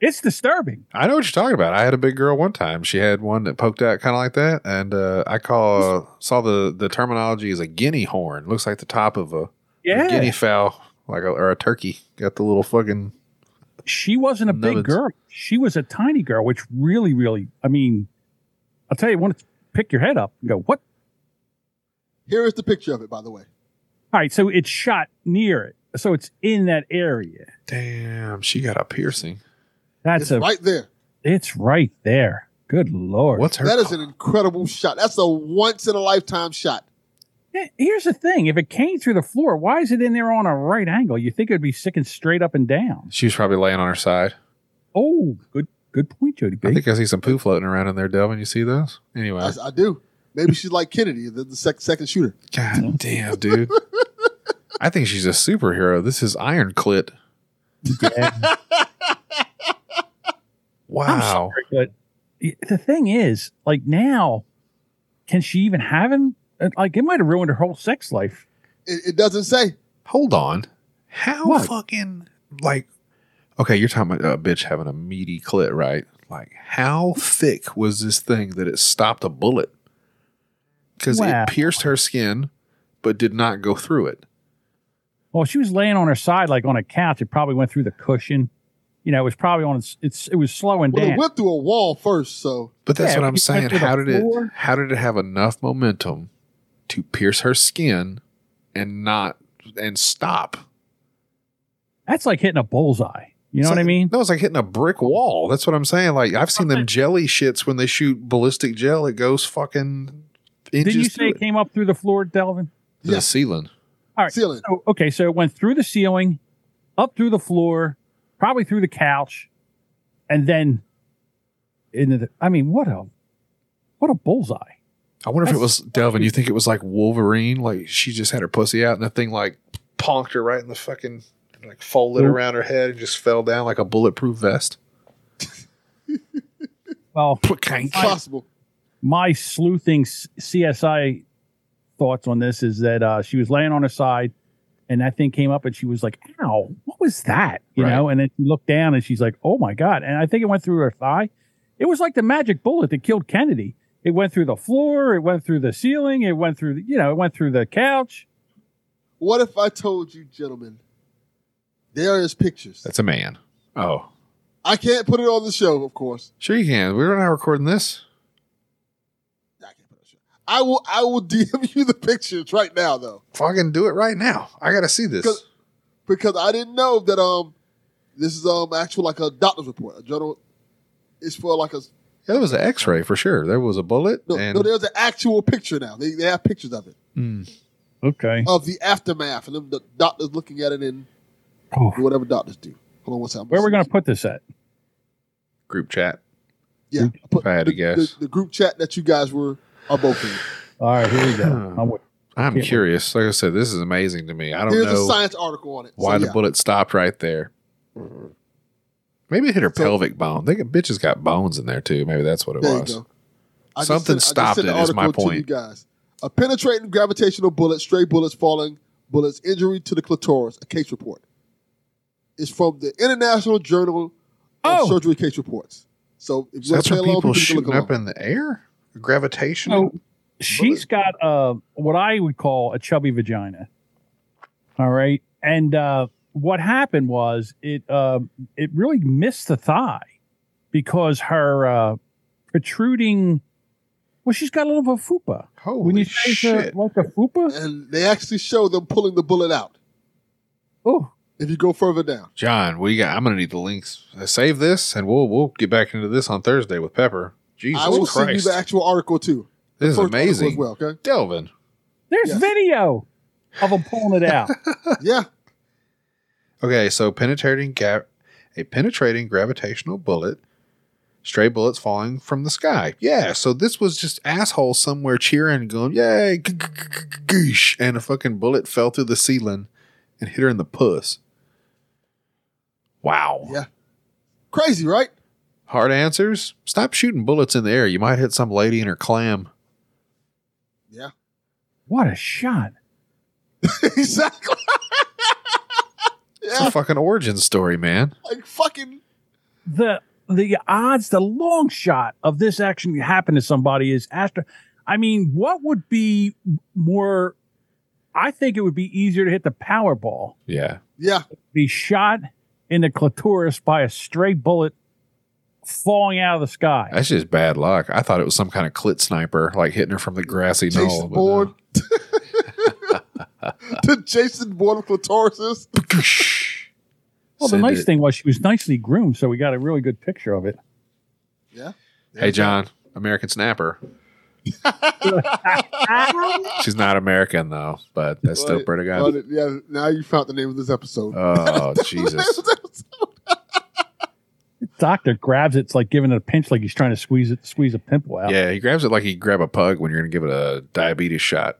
[SPEAKER 3] It's disturbing.
[SPEAKER 2] I know what you're talking about. I had a big girl one time. She had one that poked out kind of like that, and uh, I call saw the the terminology is a guinea horn. Looks like the top of a
[SPEAKER 3] Yeah.
[SPEAKER 2] guinea fowl, like a, or a turkey. Got the little fucking
[SPEAKER 3] she wasn't a big
[SPEAKER 2] Nubbins.
[SPEAKER 3] girl. She was a tiny girl, which really, really, I mean, I'll tell you, want to pick your head up and go, what?
[SPEAKER 1] Here is the picture of it, by the way.
[SPEAKER 3] All right. So it's shot near it. So it's in that area.
[SPEAKER 2] damn. She got a piercing.
[SPEAKER 3] That's
[SPEAKER 1] It's
[SPEAKER 3] a,
[SPEAKER 1] right there.
[SPEAKER 3] it's right there. Good Lord.
[SPEAKER 2] What's her?
[SPEAKER 1] That is an incredible shot. That's a once in a lifetime shot.
[SPEAKER 3] Yeah, Here's the thing. If it came through the floor, why is it in there on a right angle? You think it would be sticking straight up and down.
[SPEAKER 2] she was probably laying on her side.
[SPEAKER 3] Oh, good, good point, Jody. B.
[SPEAKER 2] I think I see some poo floating around in there, Delvin. You see those? Anyway,
[SPEAKER 1] I, I do. Maybe she's like Kennedy, the, the sec- second shooter.
[SPEAKER 2] God damn, dude. I think she's a superhero. This is Iron Clit.
[SPEAKER 3] I'm
[SPEAKER 2] wow.
[SPEAKER 3] sorry, but y- the thing is, like now, can she even have him? And, Like it might have ruined her whole sex life.
[SPEAKER 1] It, it doesn't say.
[SPEAKER 2] Hold on. How
[SPEAKER 3] What?
[SPEAKER 2] fucking like? Okay, you're talking about a bitch having a meaty clit, right? Like, how thick was this thing that it stopped a bullet? Because
[SPEAKER 3] Wow.
[SPEAKER 2] it pierced her skin, but did not go through it.
[SPEAKER 3] Well, she was laying on her side, like on a couch. It probably went through the cushion. You know, it was probably on its. it's it was slowing
[SPEAKER 1] Well,
[SPEAKER 3] down.
[SPEAKER 1] it went through a wall first, so
[SPEAKER 2] But that's
[SPEAKER 3] Yeah,
[SPEAKER 2] what
[SPEAKER 3] it
[SPEAKER 2] I'm
[SPEAKER 3] went
[SPEAKER 2] saying.
[SPEAKER 3] to the
[SPEAKER 2] How did it?
[SPEAKER 3] floor.
[SPEAKER 2] How did it have enough momentum to pierce her skin and not and stop?
[SPEAKER 3] That's like hitting a bullseye. You know
[SPEAKER 2] It's
[SPEAKER 3] what I
[SPEAKER 2] like-
[SPEAKER 3] mean?
[SPEAKER 2] No, it's like hitting a brick wall. That's what I'm saying. Like I've seen them jelly shits when they shoot ballistic gel, it goes fucking
[SPEAKER 3] Did
[SPEAKER 2] inches
[SPEAKER 3] you say
[SPEAKER 2] through
[SPEAKER 3] it came up through the floor, Delvin?
[SPEAKER 2] it, to
[SPEAKER 1] Yeah.
[SPEAKER 2] the ceiling.
[SPEAKER 1] ceiling.
[SPEAKER 3] So, okay, so it went through the ceiling, up through the floor, probably through the couch, and then into the. I mean, what a what a bullseye!
[SPEAKER 2] I wonder if it
[SPEAKER 3] That's-
[SPEAKER 2] was Delvin. You think it was like Wolverine? Like she just had her pussy out and the thing like ponked her right in the fucking like folded
[SPEAKER 3] Nope.
[SPEAKER 2] around her head and just fell down like a bulletproof vest.
[SPEAKER 3] Well,
[SPEAKER 1] Possible.
[SPEAKER 3] my sleuthing s- CSI thoughts on this is that uh, she was laying on her side, and that thing came up, and she was like, "Ow, what was that?" You
[SPEAKER 2] Right.
[SPEAKER 3] know, and then she looked down, and she's like, "Oh my god!" And I think it went through her thigh. It was like the magic bullet that killed Kennedy. It went through the floor. It went through the ceiling. It went through, the, you know, it went through the couch.
[SPEAKER 1] What if I told you, gentlemen, there is pictures.
[SPEAKER 2] That's a man. Oh.
[SPEAKER 1] I can't put it on the show, of course.
[SPEAKER 2] Sure, you can. We're not recording this.
[SPEAKER 1] I can't put it on the show. I will I will DM you the pictures right now though.
[SPEAKER 2] Fucking do it right now. I gotta see
[SPEAKER 1] Cause-
[SPEAKER 2] this.
[SPEAKER 1] Because I didn't know that um this is um actual like a doctor's report. A journal it's for like a
[SPEAKER 2] Yeah, there was an X-ray for sure. There was a bullet
[SPEAKER 1] no,
[SPEAKER 2] and
[SPEAKER 1] no there's an actual picture now. They, they have pictures of it.
[SPEAKER 2] Mm.
[SPEAKER 3] Okay.
[SPEAKER 1] Of the aftermath and them the doctors looking at it and
[SPEAKER 3] Oh.
[SPEAKER 1] do whatever doctors do. Hold on one second.
[SPEAKER 3] Where are we going to put this at?
[SPEAKER 2] group chat.
[SPEAKER 1] Yeah, I put
[SPEAKER 2] If I had to
[SPEAKER 1] the,
[SPEAKER 2] guess.
[SPEAKER 1] the- the group chat that you guys were are both in.
[SPEAKER 3] All right, here we go. I'm with-
[SPEAKER 2] I'm
[SPEAKER 3] Yeah.
[SPEAKER 2] curious. Like I said, this is amazing to me. I don't
[SPEAKER 1] There's a
[SPEAKER 2] know
[SPEAKER 1] science article on it.
[SPEAKER 2] why
[SPEAKER 1] so,
[SPEAKER 2] the
[SPEAKER 1] yeah. Mm-hmm.
[SPEAKER 2] bullet stopped right there. Maybe it hit her
[SPEAKER 1] So-
[SPEAKER 2] pelvic bone. They got, bitches got bones in there too. Maybe that's what it
[SPEAKER 1] There you
[SPEAKER 2] was.
[SPEAKER 1] go. I just
[SPEAKER 2] Something
[SPEAKER 1] sent- I just
[SPEAKER 2] stopped
[SPEAKER 1] sent
[SPEAKER 2] it
[SPEAKER 1] the
[SPEAKER 2] is my
[SPEAKER 1] article To
[SPEAKER 2] point.
[SPEAKER 1] you guys. A penetrating gravitational bullet, stray bullets falling, bullets, injury to the clitoris, a case report. It's from the International Journal of
[SPEAKER 3] Oh.
[SPEAKER 1] Surgery Case Reports. So if you
[SPEAKER 2] So
[SPEAKER 1] want
[SPEAKER 2] that's
[SPEAKER 1] to play
[SPEAKER 2] where
[SPEAKER 1] along,
[SPEAKER 2] people
[SPEAKER 1] people can look
[SPEAKER 2] shooting
[SPEAKER 1] along.
[SPEAKER 2] up in the air. Gravitation.
[SPEAKER 3] So she's got uh, what I would call a chubby vagina. All right, and uh, what happened was it um it really missed the thigh because her uh, protruding. Well, she's got a little of a fupa.
[SPEAKER 2] Holy
[SPEAKER 3] When you say it's a-
[SPEAKER 2] shit!
[SPEAKER 3] like a fupa,
[SPEAKER 1] and they actually show them pulling the bullet out.
[SPEAKER 3] oh,
[SPEAKER 1] If you go further down,
[SPEAKER 2] John, we got. I'm gonna need the links. Uh, Save this, and we'll we'll get back into this on Thursday with Pepper. Jesus
[SPEAKER 1] I will send you
[SPEAKER 2] Christ!
[SPEAKER 1] the actual article too.
[SPEAKER 2] this is
[SPEAKER 1] First article
[SPEAKER 2] amazing.
[SPEAKER 1] as well. Okay,
[SPEAKER 2] Delvin,
[SPEAKER 3] there's
[SPEAKER 1] Yes.
[SPEAKER 3] video of them pulling it out.
[SPEAKER 1] yeah,
[SPEAKER 2] Okay, so penetrating ga- a penetrating gravitational bullet, stray bullets falling from the sky. Yeah, so this was just assholes somewhere cheering, and going yay, g- g- g- g- goosh, and a fucking bullet fell through the ceiling and hit her in the puss. Wow.
[SPEAKER 1] Yeah. crazy, right?
[SPEAKER 2] Hard answers. Stop shooting bullets in the air. You might hit some lady in her clam.
[SPEAKER 1] Yeah,
[SPEAKER 3] what a shot!
[SPEAKER 1] exactly.
[SPEAKER 2] It's a
[SPEAKER 1] yeah,
[SPEAKER 2] fucking origin story, man.
[SPEAKER 1] like fucking
[SPEAKER 3] the the odds, the long shot of this actually happen to somebody is astro. I mean, what would be more? I think it would be easier to hit the Powerball,
[SPEAKER 2] Yeah.
[SPEAKER 1] Yeah,
[SPEAKER 3] be shot in the clitoris by a stray bullet falling out of the sky.
[SPEAKER 2] That's just bad luck. I thought it was some kind of clit sniper, like hitting her from the grassy knoll.
[SPEAKER 1] Jason
[SPEAKER 2] but no.
[SPEAKER 1] Bourne. the Jason Bourne of clitorises.
[SPEAKER 3] well, the
[SPEAKER 2] Send
[SPEAKER 3] nice
[SPEAKER 2] it.
[SPEAKER 3] thing was she was nicely groomed, so we got a really good picture of it.
[SPEAKER 1] Yeah.
[SPEAKER 2] Hey, John, American Snapper. She's not American, though, but that's still pretty
[SPEAKER 1] Well, it-
[SPEAKER 2] good.
[SPEAKER 1] yeah, now you found the name of this episode.
[SPEAKER 2] Oh, Jesus.
[SPEAKER 3] Doctor grabs it, it's like giving it a pinch, like he's trying to squeeze it, squeeze a pimple out.
[SPEAKER 2] Yeah, he grabs it like he'd grab a pug when you're going to give it a diabetes shot.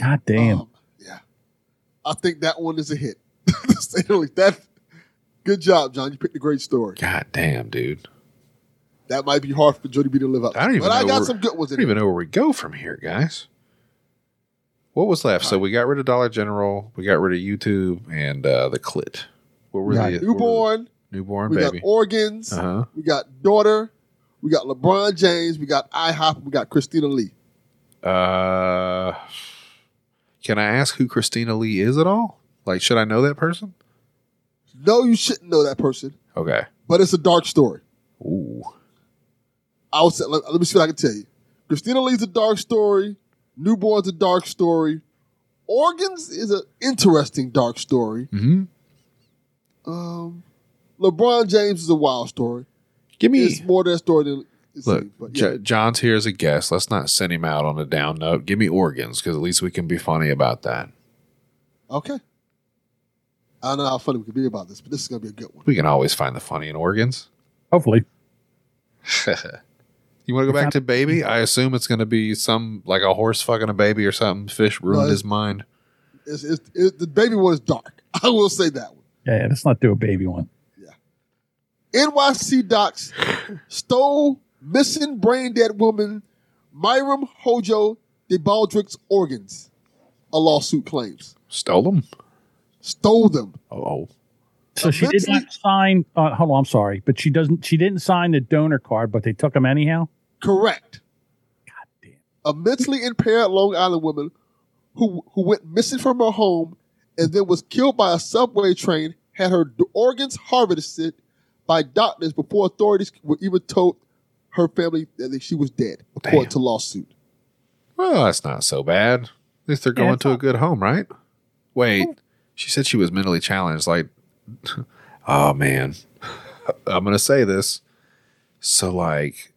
[SPEAKER 3] God damn.
[SPEAKER 2] Oh.
[SPEAKER 1] Um, yeah. I think that one is a hit. To say the least. that, good job, John. You picked a great story.
[SPEAKER 2] God damn, dude.
[SPEAKER 1] That might be hard for Jody B to live up to.
[SPEAKER 2] I don't even
[SPEAKER 1] but I
[SPEAKER 2] know
[SPEAKER 1] got
[SPEAKER 2] where-
[SPEAKER 1] some good ones
[SPEAKER 2] I
[SPEAKER 1] in
[SPEAKER 2] don't
[SPEAKER 1] it.
[SPEAKER 2] even know where we go from here, guys. What was left? So we got rid of Dollar General, we got rid of YouTube, and uh, the clit. What were the
[SPEAKER 3] Yeah,
[SPEAKER 2] what were
[SPEAKER 1] Newborn.
[SPEAKER 2] the- newborn
[SPEAKER 1] We
[SPEAKER 2] baby?
[SPEAKER 1] got organs.
[SPEAKER 2] Uh huh.
[SPEAKER 1] We got daughter. We got LeBron James. We got IHOP. We got Christina Lee.
[SPEAKER 2] Uh, can I ask who Christina Lee is at all? Like, should I know that person?
[SPEAKER 1] No, you shouldn't know that person,
[SPEAKER 2] Okay.
[SPEAKER 1] but it's a dark story.
[SPEAKER 2] Ooh.
[SPEAKER 1] I'll say, let, let me see what I can tell you. Christina Lee's a dark story. Newborn's a dark story. Organs is an interesting dark story.
[SPEAKER 2] Mm-hmm.
[SPEAKER 1] Um, LeBron James is a wild story.
[SPEAKER 2] Give me
[SPEAKER 1] It's more that story than it
[SPEAKER 2] look.
[SPEAKER 1] seems, but yeah.
[SPEAKER 2] Jo- John's here as a guest. Let's not send him out on a down note. Give me organs because at least we can be funny about that.
[SPEAKER 1] okay. I don't know how funny we can be about this, but this is gonna be a good one.
[SPEAKER 2] We can always find the funny in organs.
[SPEAKER 3] Hopefully.
[SPEAKER 2] You want to go back to baby? I assume it's going to be some like a horse fucking a baby or something. Fish ruined
[SPEAKER 1] it's-
[SPEAKER 2] his mind.
[SPEAKER 1] It's, it's, it's, the baby one is dark. I will say that one.
[SPEAKER 3] Yeah, let's not do a baby one.
[SPEAKER 1] NYC docs stole missing brain dead woman Myram Hojo de Baldrick's organs, a lawsuit claims.
[SPEAKER 2] Stole him.
[SPEAKER 1] Stole them.
[SPEAKER 2] Oh,
[SPEAKER 3] So she did
[SPEAKER 1] Eventually-
[SPEAKER 3] not sign. Uh, hold on, I'm sorry, but she doesn't. She didn't sign the donor card, but they took him anyhow.
[SPEAKER 1] Correct. A mentally impaired Long Island woman who, who went missing from her home and then was killed by a subway train had her d- organs harvested by doctors before authorities were even told her family that she was dead, according
[SPEAKER 2] Damn.
[SPEAKER 1] to lawsuit.
[SPEAKER 2] well, that's not so bad. At least they're
[SPEAKER 3] Yeah,
[SPEAKER 2] going
[SPEAKER 3] it's
[SPEAKER 2] to a good home, right? Wait, she said she was mentally challenged. Like, oh man, I'm going to say this. So, like,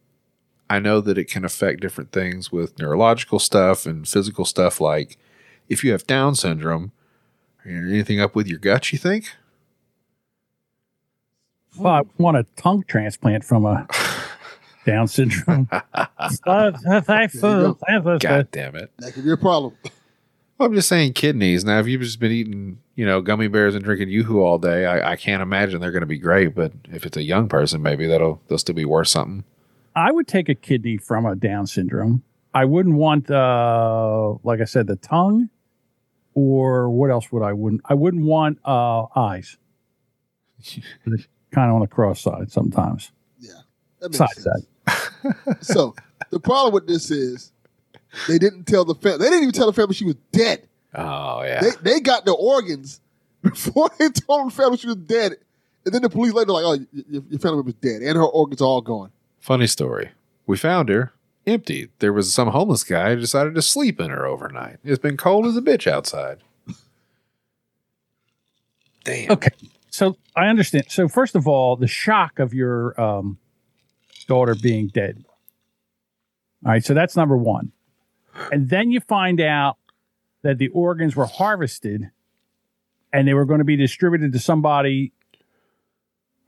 [SPEAKER 2] I know that it can affect different things with neurological stuff and physical stuff. Like, if you have Down syndrome, anything up with your gut? You think?
[SPEAKER 3] Well, I want a tongue transplant from a Down syndrome.
[SPEAKER 1] go.
[SPEAKER 2] God damn it.
[SPEAKER 1] That could be a problem.
[SPEAKER 2] Well, I'm just saying kidneys. Now, if you've just been eating, you know, gummy bears and drinking yoo-hoo all day, I, I can't imagine they're going to be great. But if it's a young person, maybe that'll they'll still be worth something.
[SPEAKER 3] I would take a kidney from a Down syndrome. I wouldn't want, uh, like I said, the tongue, or what else would I wouldn't? I wouldn't want uh, eyes. kind of on the cross side sometimes.
[SPEAKER 1] That makes
[SPEAKER 3] Side
[SPEAKER 1] sense.
[SPEAKER 3] side.
[SPEAKER 1] So the problem with this is they didn't tell the family. They didn't even tell the family she was dead.
[SPEAKER 2] Oh yeah,
[SPEAKER 1] They they got the organs before they told the family she was dead, and then the police later like, oh, y- y- your family member's dead, and her organs are all gone.
[SPEAKER 2] funny story. We found her empty. There was some homeless guy who decided to sleep in her overnight. It's been cold as a bitch outside. Damn.
[SPEAKER 3] Okay. So I understand. So first of all, the shock of your um, daughter being dead. All right. So that's number one. And then you find out that the organs were harvested and they were going to be distributed to somebody.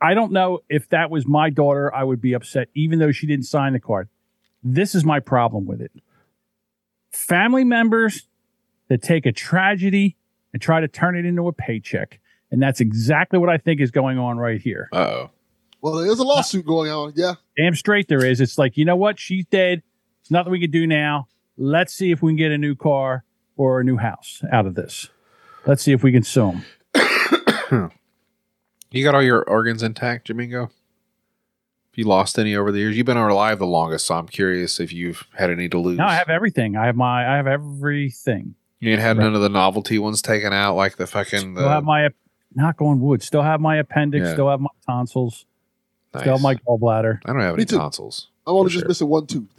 [SPEAKER 3] I don't know if that was my daughter, I would be upset, even though she didn't sign the card. This is my problem with it. Family members that take a tragedy and try to turn it into a paycheck. And that's exactly what I think is going on right here.
[SPEAKER 2] Uh oh.
[SPEAKER 1] Well, there's a lawsuit going on. Yeah,
[SPEAKER 3] Damn straight there is. It's like, you know what? She's dead. There's nothing we can do now. Let's see if we can get a new car or a new house out of this. Let's see if we can sue 'em.
[SPEAKER 2] You got all your organs intact, Jamingo? If you lost any over the years, you've been alive the longest, so I'm curious if you've had any to lose.
[SPEAKER 3] No, I have everything. I have my. I have everything.
[SPEAKER 2] You ain't had none of the novelty ones taken out, like the fucking. The,
[SPEAKER 3] Still have my. ap- Knock on wood. Still have my appendix.
[SPEAKER 2] Yeah.
[SPEAKER 3] Still have my tonsils. Still
[SPEAKER 2] Nice.
[SPEAKER 3] have my gallbladder.
[SPEAKER 2] I don't have
[SPEAKER 1] Me
[SPEAKER 2] any
[SPEAKER 1] too.
[SPEAKER 2] tonsils.
[SPEAKER 1] I'm only
[SPEAKER 2] For
[SPEAKER 1] just
[SPEAKER 2] sure.
[SPEAKER 1] missing one tooth.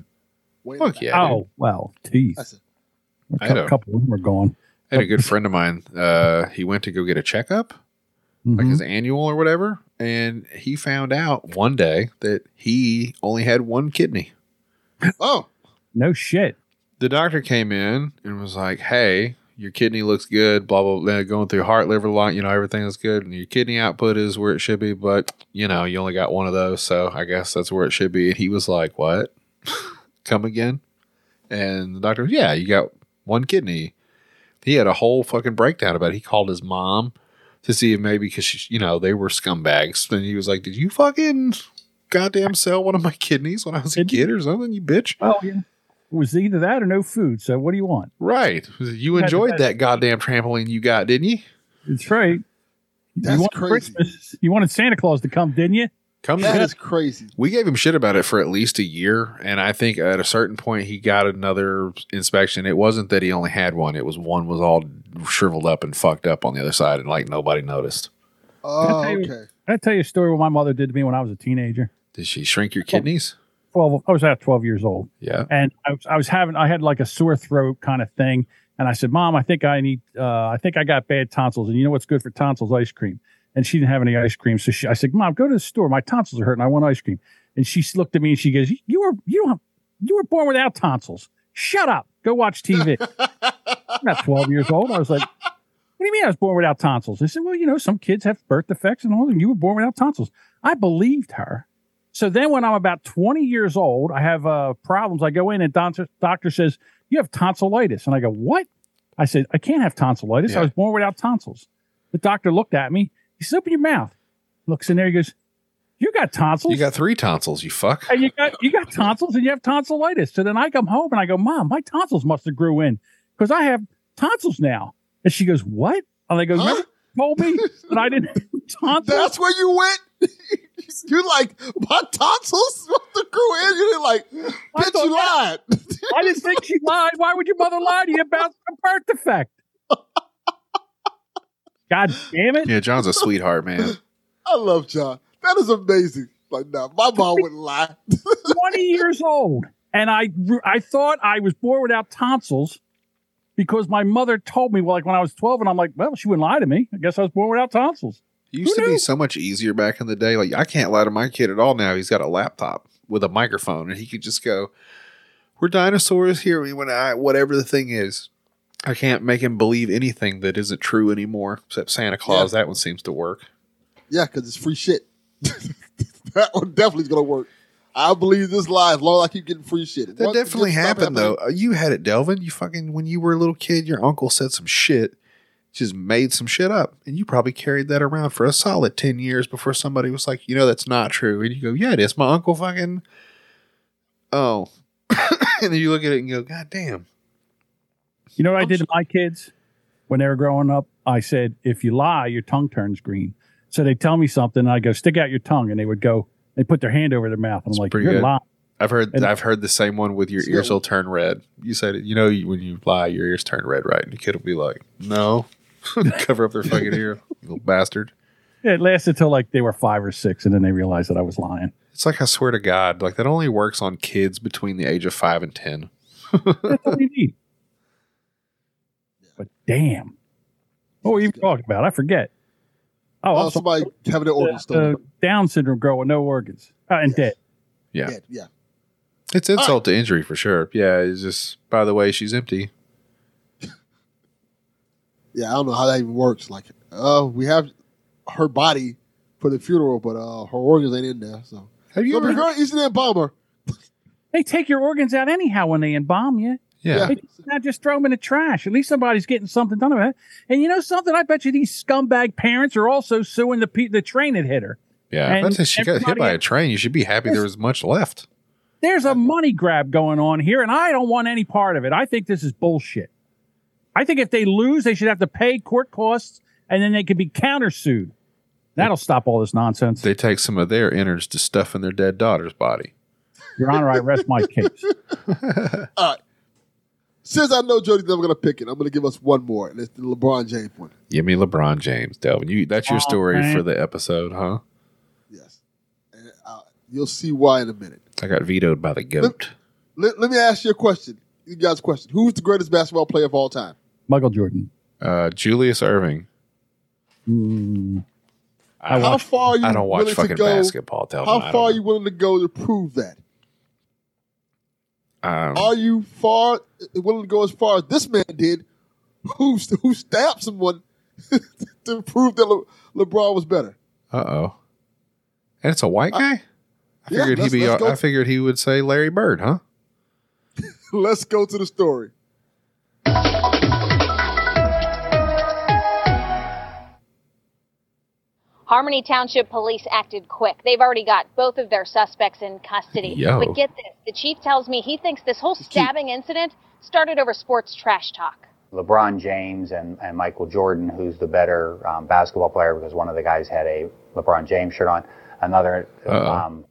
[SPEAKER 1] Way in the
[SPEAKER 2] Fuck
[SPEAKER 1] back.
[SPEAKER 2] yeah. dude.
[SPEAKER 3] oh well, teeth.
[SPEAKER 1] That's it.
[SPEAKER 2] I
[SPEAKER 3] A
[SPEAKER 2] had a-
[SPEAKER 3] cou- couple of them are gone.
[SPEAKER 2] I had a good friend of mine. Uh, he went to go get a checkup, like
[SPEAKER 3] Mhm.
[SPEAKER 2] his annual or whatever, and he found out one day that he only had one kidney.
[SPEAKER 1] Oh,
[SPEAKER 3] No shit.
[SPEAKER 2] The doctor came in and was like, "Hey, your kidney looks good. Blah blah. blah going through heart, liver, lung. You know, everything is good, and your kidney output is where it should be. But you know, you only got one of those, so I guess that's where it should be." And he was like, "What? Come again?" And the doctor, was, "Yeah, you got one kidney." He had a whole fucking breakdown about it. He called his mom to see if maybe because you know they were scumbags. Then he was like, "Did you fucking goddamn sell one of my kidneys when I was a
[SPEAKER 3] Did you-
[SPEAKER 2] kid or something? You bitch!"
[SPEAKER 3] Well, yeah. It was either that or no food. So what do you want?
[SPEAKER 2] Right. You
[SPEAKER 3] had the
[SPEAKER 2] enjoyed
[SPEAKER 3] best-
[SPEAKER 2] that goddamn trampoline you got, didn't you?
[SPEAKER 3] It's right.
[SPEAKER 1] That's
[SPEAKER 3] you wanted
[SPEAKER 1] crazy.
[SPEAKER 3] Christmas. You wanted Santa Claus to come, didn't you?
[SPEAKER 2] Come
[SPEAKER 1] that
[SPEAKER 2] to
[SPEAKER 1] is crazy.
[SPEAKER 2] We gave him shit about it for at least a year, and I think at a certain point he got another inspection. It wasn't that he only had one; it was one was all shriveled up and fucked up on the other side, and like nobody noticed.
[SPEAKER 1] Oh,
[SPEAKER 3] Can I tell you-
[SPEAKER 1] okay.
[SPEAKER 3] Can I tell you a story what my mother did to me when I was a teenager?
[SPEAKER 2] Did she shrink your kidneys?
[SPEAKER 3] Twelve. I was about twelve years old,
[SPEAKER 2] Yeah.
[SPEAKER 3] and I was, I was having. I had like a sore throat kind of thing, and I said, "Mom, I think I need. Uh, I think I got bad tonsils, and you know what's good for tonsils? Ice cream." And she didn't have any ice cream, so she, I said, "Mom, go to the store. My tonsils are hurting. I want ice cream." And she looked at me and she goes, "You were you don't have, you were born without tonsils. Shut up. Go watch TV." I'm not 12 years old. I was like, "What do you mean I was born without tonsils?" They said, "Well, you know, some kids have birth defects and all, and you were born without tonsils." I believed her. So then, when I'm about 20 years old, I have uh, problems. I go in and doctor doctor says you have tonsillitis, and I go, "What?" I said, "I can't have tonsillitis.
[SPEAKER 2] Yeah.
[SPEAKER 3] I was born without tonsils." The doctor looked at me. He says, "Open your mouth." Looks in there. He goes, "You got tonsils."
[SPEAKER 2] You got three tonsils, you fuck.
[SPEAKER 3] and you got you got tonsils and you have tonsillitis. So then I come home and I go, Mom, my tonsils must have grew in because I have tonsils now. And she goes, What? And I go, Remember you told me that I didn't have tonsils.
[SPEAKER 1] That's where you went. you like my tonsils must have grew in. You didn't like,
[SPEAKER 3] I
[SPEAKER 1] bitch,
[SPEAKER 3] thought
[SPEAKER 1] you lied.
[SPEAKER 3] I didn't think she lied. Why would your mother lie to you about a birth defect? God damn it.
[SPEAKER 2] Yeah, John's a sweetheart, man.
[SPEAKER 1] I love John. That is amazing. Like, nah, my mom wouldn't lie.
[SPEAKER 3] 20 years old. And I I thought I was born without tonsils because my mother told me, well, like when I was 12, and I'm like, well, she wouldn't lie to me. I guess I was born without tonsils.
[SPEAKER 2] It used to
[SPEAKER 3] Who
[SPEAKER 2] be
[SPEAKER 3] knew?
[SPEAKER 2] so much easier back in the day. Like I can't lie to my kid at all now. He's got a laptop with a microphone, and he could just go, "We're dinosaurs here. We when I whatever the thing is." I can't make him believe anything that isn't true anymore, except Santa Claus. That one seems to work.
[SPEAKER 1] Yeah, because it's free shit. that one definitely is gonna work. I believe this lie as long as I keep getting free shit.
[SPEAKER 2] That
[SPEAKER 1] Once it
[SPEAKER 2] definitely
[SPEAKER 1] gets- stop
[SPEAKER 2] happened though.
[SPEAKER 1] happening-
[SPEAKER 2] Uh, You had it, Delvin. You fucking when you were a little kid, your uncle said some shit, just made some shit up, and you probably carried that around for a solid ten years before somebody was like, you know, that's not true, and you go, yeah, it is. My uncle fucking, oh, and then you look at it and go, god damn,
[SPEAKER 3] You know what I did to my kids when they were growing up? I said, if you lie, your tongue turns green. So they tell me something, and I go, stick out your tongue, and they would go, they put their hand over their mouth. and I'm like,
[SPEAKER 2] pretty
[SPEAKER 3] you're
[SPEAKER 2] good.
[SPEAKER 3] lying.
[SPEAKER 2] I've heard
[SPEAKER 3] And-
[SPEAKER 2] I've heard the same one with your
[SPEAKER 1] Still-
[SPEAKER 2] ears will turn red. You said it, you know, you, when you lie, your ears turn red, right? And the kid will be like, no, cover up their fucking ear, you little bastard.
[SPEAKER 3] It lasted till like they were five or six, and then they realized that I was lying.
[SPEAKER 2] It's like I swear to God, like that only works on kids between the age of five and ten.
[SPEAKER 3] That's all you need. But damn, what were you even talking about? I forget. Oh,
[SPEAKER 1] Oh,
[SPEAKER 3] also,
[SPEAKER 1] somebody having their organ
[SPEAKER 3] uh,
[SPEAKER 1] stolen.
[SPEAKER 3] Down syndrome girl with no organs uh, and
[SPEAKER 1] Yes.
[SPEAKER 3] dead.
[SPEAKER 2] Yeah.
[SPEAKER 1] yeah, yeah.
[SPEAKER 2] It's insult to injury for sure. Yeah, it's just by the way, she's empty.
[SPEAKER 1] Yeah, I don't know how that even works. Like, uh, we have her body for the funeral, but uh, her organs ain't in there. So
[SPEAKER 2] Have you
[SPEAKER 1] it'll be
[SPEAKER 2] ever?
[SPEAKER 1] very easy to embalm her.
[SPEAKER 3] They take your organs out anyhow when they embalm you.
[SPEAKER 2] Yeah.
[SPEAKER 3] Hey, Now just throw them in the trash. At least somebody's getting something done about it. And you know something? I bet you these scumbag parents are also suing the pe- the train that hit her.
[SPEAKER 2] Yeah.
[SPEAKER 3] And
[SPEAKER 2] That's if she got hit
[SPEAKER 3] everybody
[SPEAKER 2] by a
[SPEAKER 3] else-
[SPEAKER 2] train, you should be happy there was much left.
[SPEAKER 3] There's a money grab going on here, and I don't want any part of it. I think this is bullshit. I think if they lose, they should have to pay court costs, and then they could be countersued. That'll stop all this nonsense.
[SPEAKER 2] They take some of their innards to stuff in their dead daughter's body.
[SPEAKER 3] Your Honor, I rest my case.
[SPEAKER 1] Since I know Jody's never gonna pick it, I'm gonna give us one more, and it's the LeBron James one.
[SPEAKER 2] Give me LeBron James, Delvin. You that's your
[SPEAKER 3] Oh,
[SPEAKER 2] story
[SPEAKER 3] man.
[SPEAKER 2] for the episode, huh?
[SPEAKER 1] Yes, and uh, you'll see why in a minute.
[SPEAKER 2] I got vetoed by the goat.
[SPEAKER 1] Let, let me ask you a question. You guys, a question. Who's the greatest basketball player of all time?
[SPEAKER 3] Michael Jordan.
[SPEAKER 2] Uh, Julius Irving.
[SPEAKER 3] Mm, I
[SPEAKER 1] How
[SPEAKER 3] watch.
[SPEAKER 1] far are you
[SPEAKER 2] I don't watch
[SPEAKER 1] willing to
[SPEAKER 2] fucking
[SPEAKER 1] go?
[SPEAKER 2] basketball, Delvin. I
[SPEAKER 1] How
[SPEAKER 2] don't-
[SPEAKER 1] far are you willing to go to prove that?
[SPEAKER 2] um,
[SPEAKER 1] Are you far willing to go as far as this man did, who who stabbed someone to prove that Le- LeBron was better?
[SPEAKER 2] Uh oh. And it's a white guy. I
[SPEAKER 1] Uh, yeah,
[SPEAKER 2] figured he'd
[SPEAKER 1] let's-
[SPEAKER 2] be. uh,
[SPEAKER 1] let's go-
[SPEAKER 2] I figured he would say Larry Bird, huh?
[SPEAKER 1] Let's go to the story.
[SPEAKER 7] Harmony Township police acted quick. They've already got both of their suspects in custody.
[SPEAKER 2] Yo.
[SPEAKER 7] But get this the chief tells me he thinks this whole stabbing incident started over sports trash talk.
[SPEAKER 8] LeBron James and, and Michael Jordan, who's the better um, basketball player because one of the guys had a LeBron James shirt on, another
[SPEAKER 2] Uh-oh.
[SPEAKER 8] um,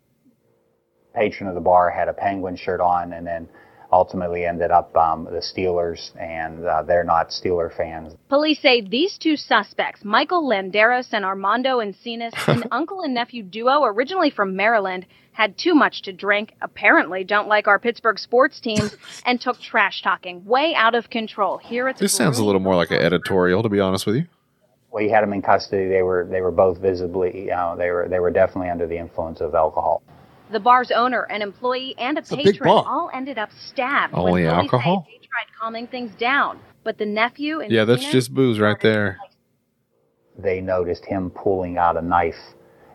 [SPEAKER 8] patron of the bar had a Penguin shirt on, and then ultimately ended up um, the Steelers, and uh, they're not Steeler fans.
[SPEAKER 7] Police say these two suspects, Michael Landeros and Armando Encinas, an uncle and nephew duo originally from Maryland, had too much to drink, apparently don't like our Pittsburgh sports teams, and took trash talking way out of control. Here it's
[SPEAKER 2] This sounds a little more like an editorial, to be honest with you.
[SPEAKER 8] We had them in custody. They were they were both visibly, you know, they were they were definitely under the influence of alcohol.
[SPEAKER 7] The bar's owner, an employee, and a
[SPEAKER 1] a big
[SPEAKER 7] patron
[SPEAKER 1] bar.
[SPEAKER 7] all ended up stabbed. when
[SPEAKER 2] Only
[SPEAKER 7] police say
[SPEAKER 2] Oh, alcohol?
[SPEAKER 7] They tried calming things down, but the nephew and
[SPEAKER 2] Yeah, that's
[SPEAKER 7] Tina
[SPEAKER 2] just booze right there.
[SPEAKER 8] they noticed him pulling out a knife